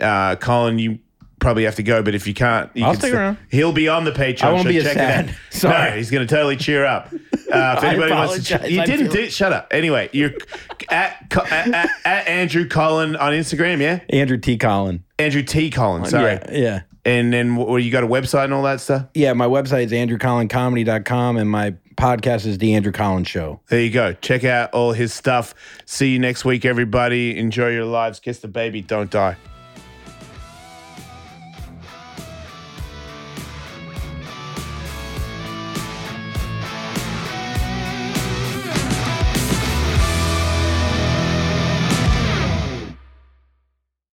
C: Uh, Colin, you probably have to go, but if you can't, you
A: I'll
C: can
A: stick
C: st-
A: around.
C: He'll be on the Patreon.
A: I won't
C: show.
A: be as
C: Check
A: sad.
C: It out.
A: Sorry.
C: No, he's going to totally cheer up. Uh, if anybody wants to,
A: apologize.
C: you
A: I
C: didn't
A: feel-
C: do. Shut up. Anyway, you're at, Co- at, at, at Andrew Colin on Instagram. Yeah,
A: Andrew T. Collin.
C: Andrew T. Colin. Sorry.
A: Yeah, yeah,
C: And then wh- what, you got a website and all that stuff?
A: yeah. My website is andrewcollincomedy.com, and my podcast is the Andrew Collin Show.
C: There you go. Check out all his stuff. See you next week, everybody. Enjoy your lives. Kiss the baby. Don't die.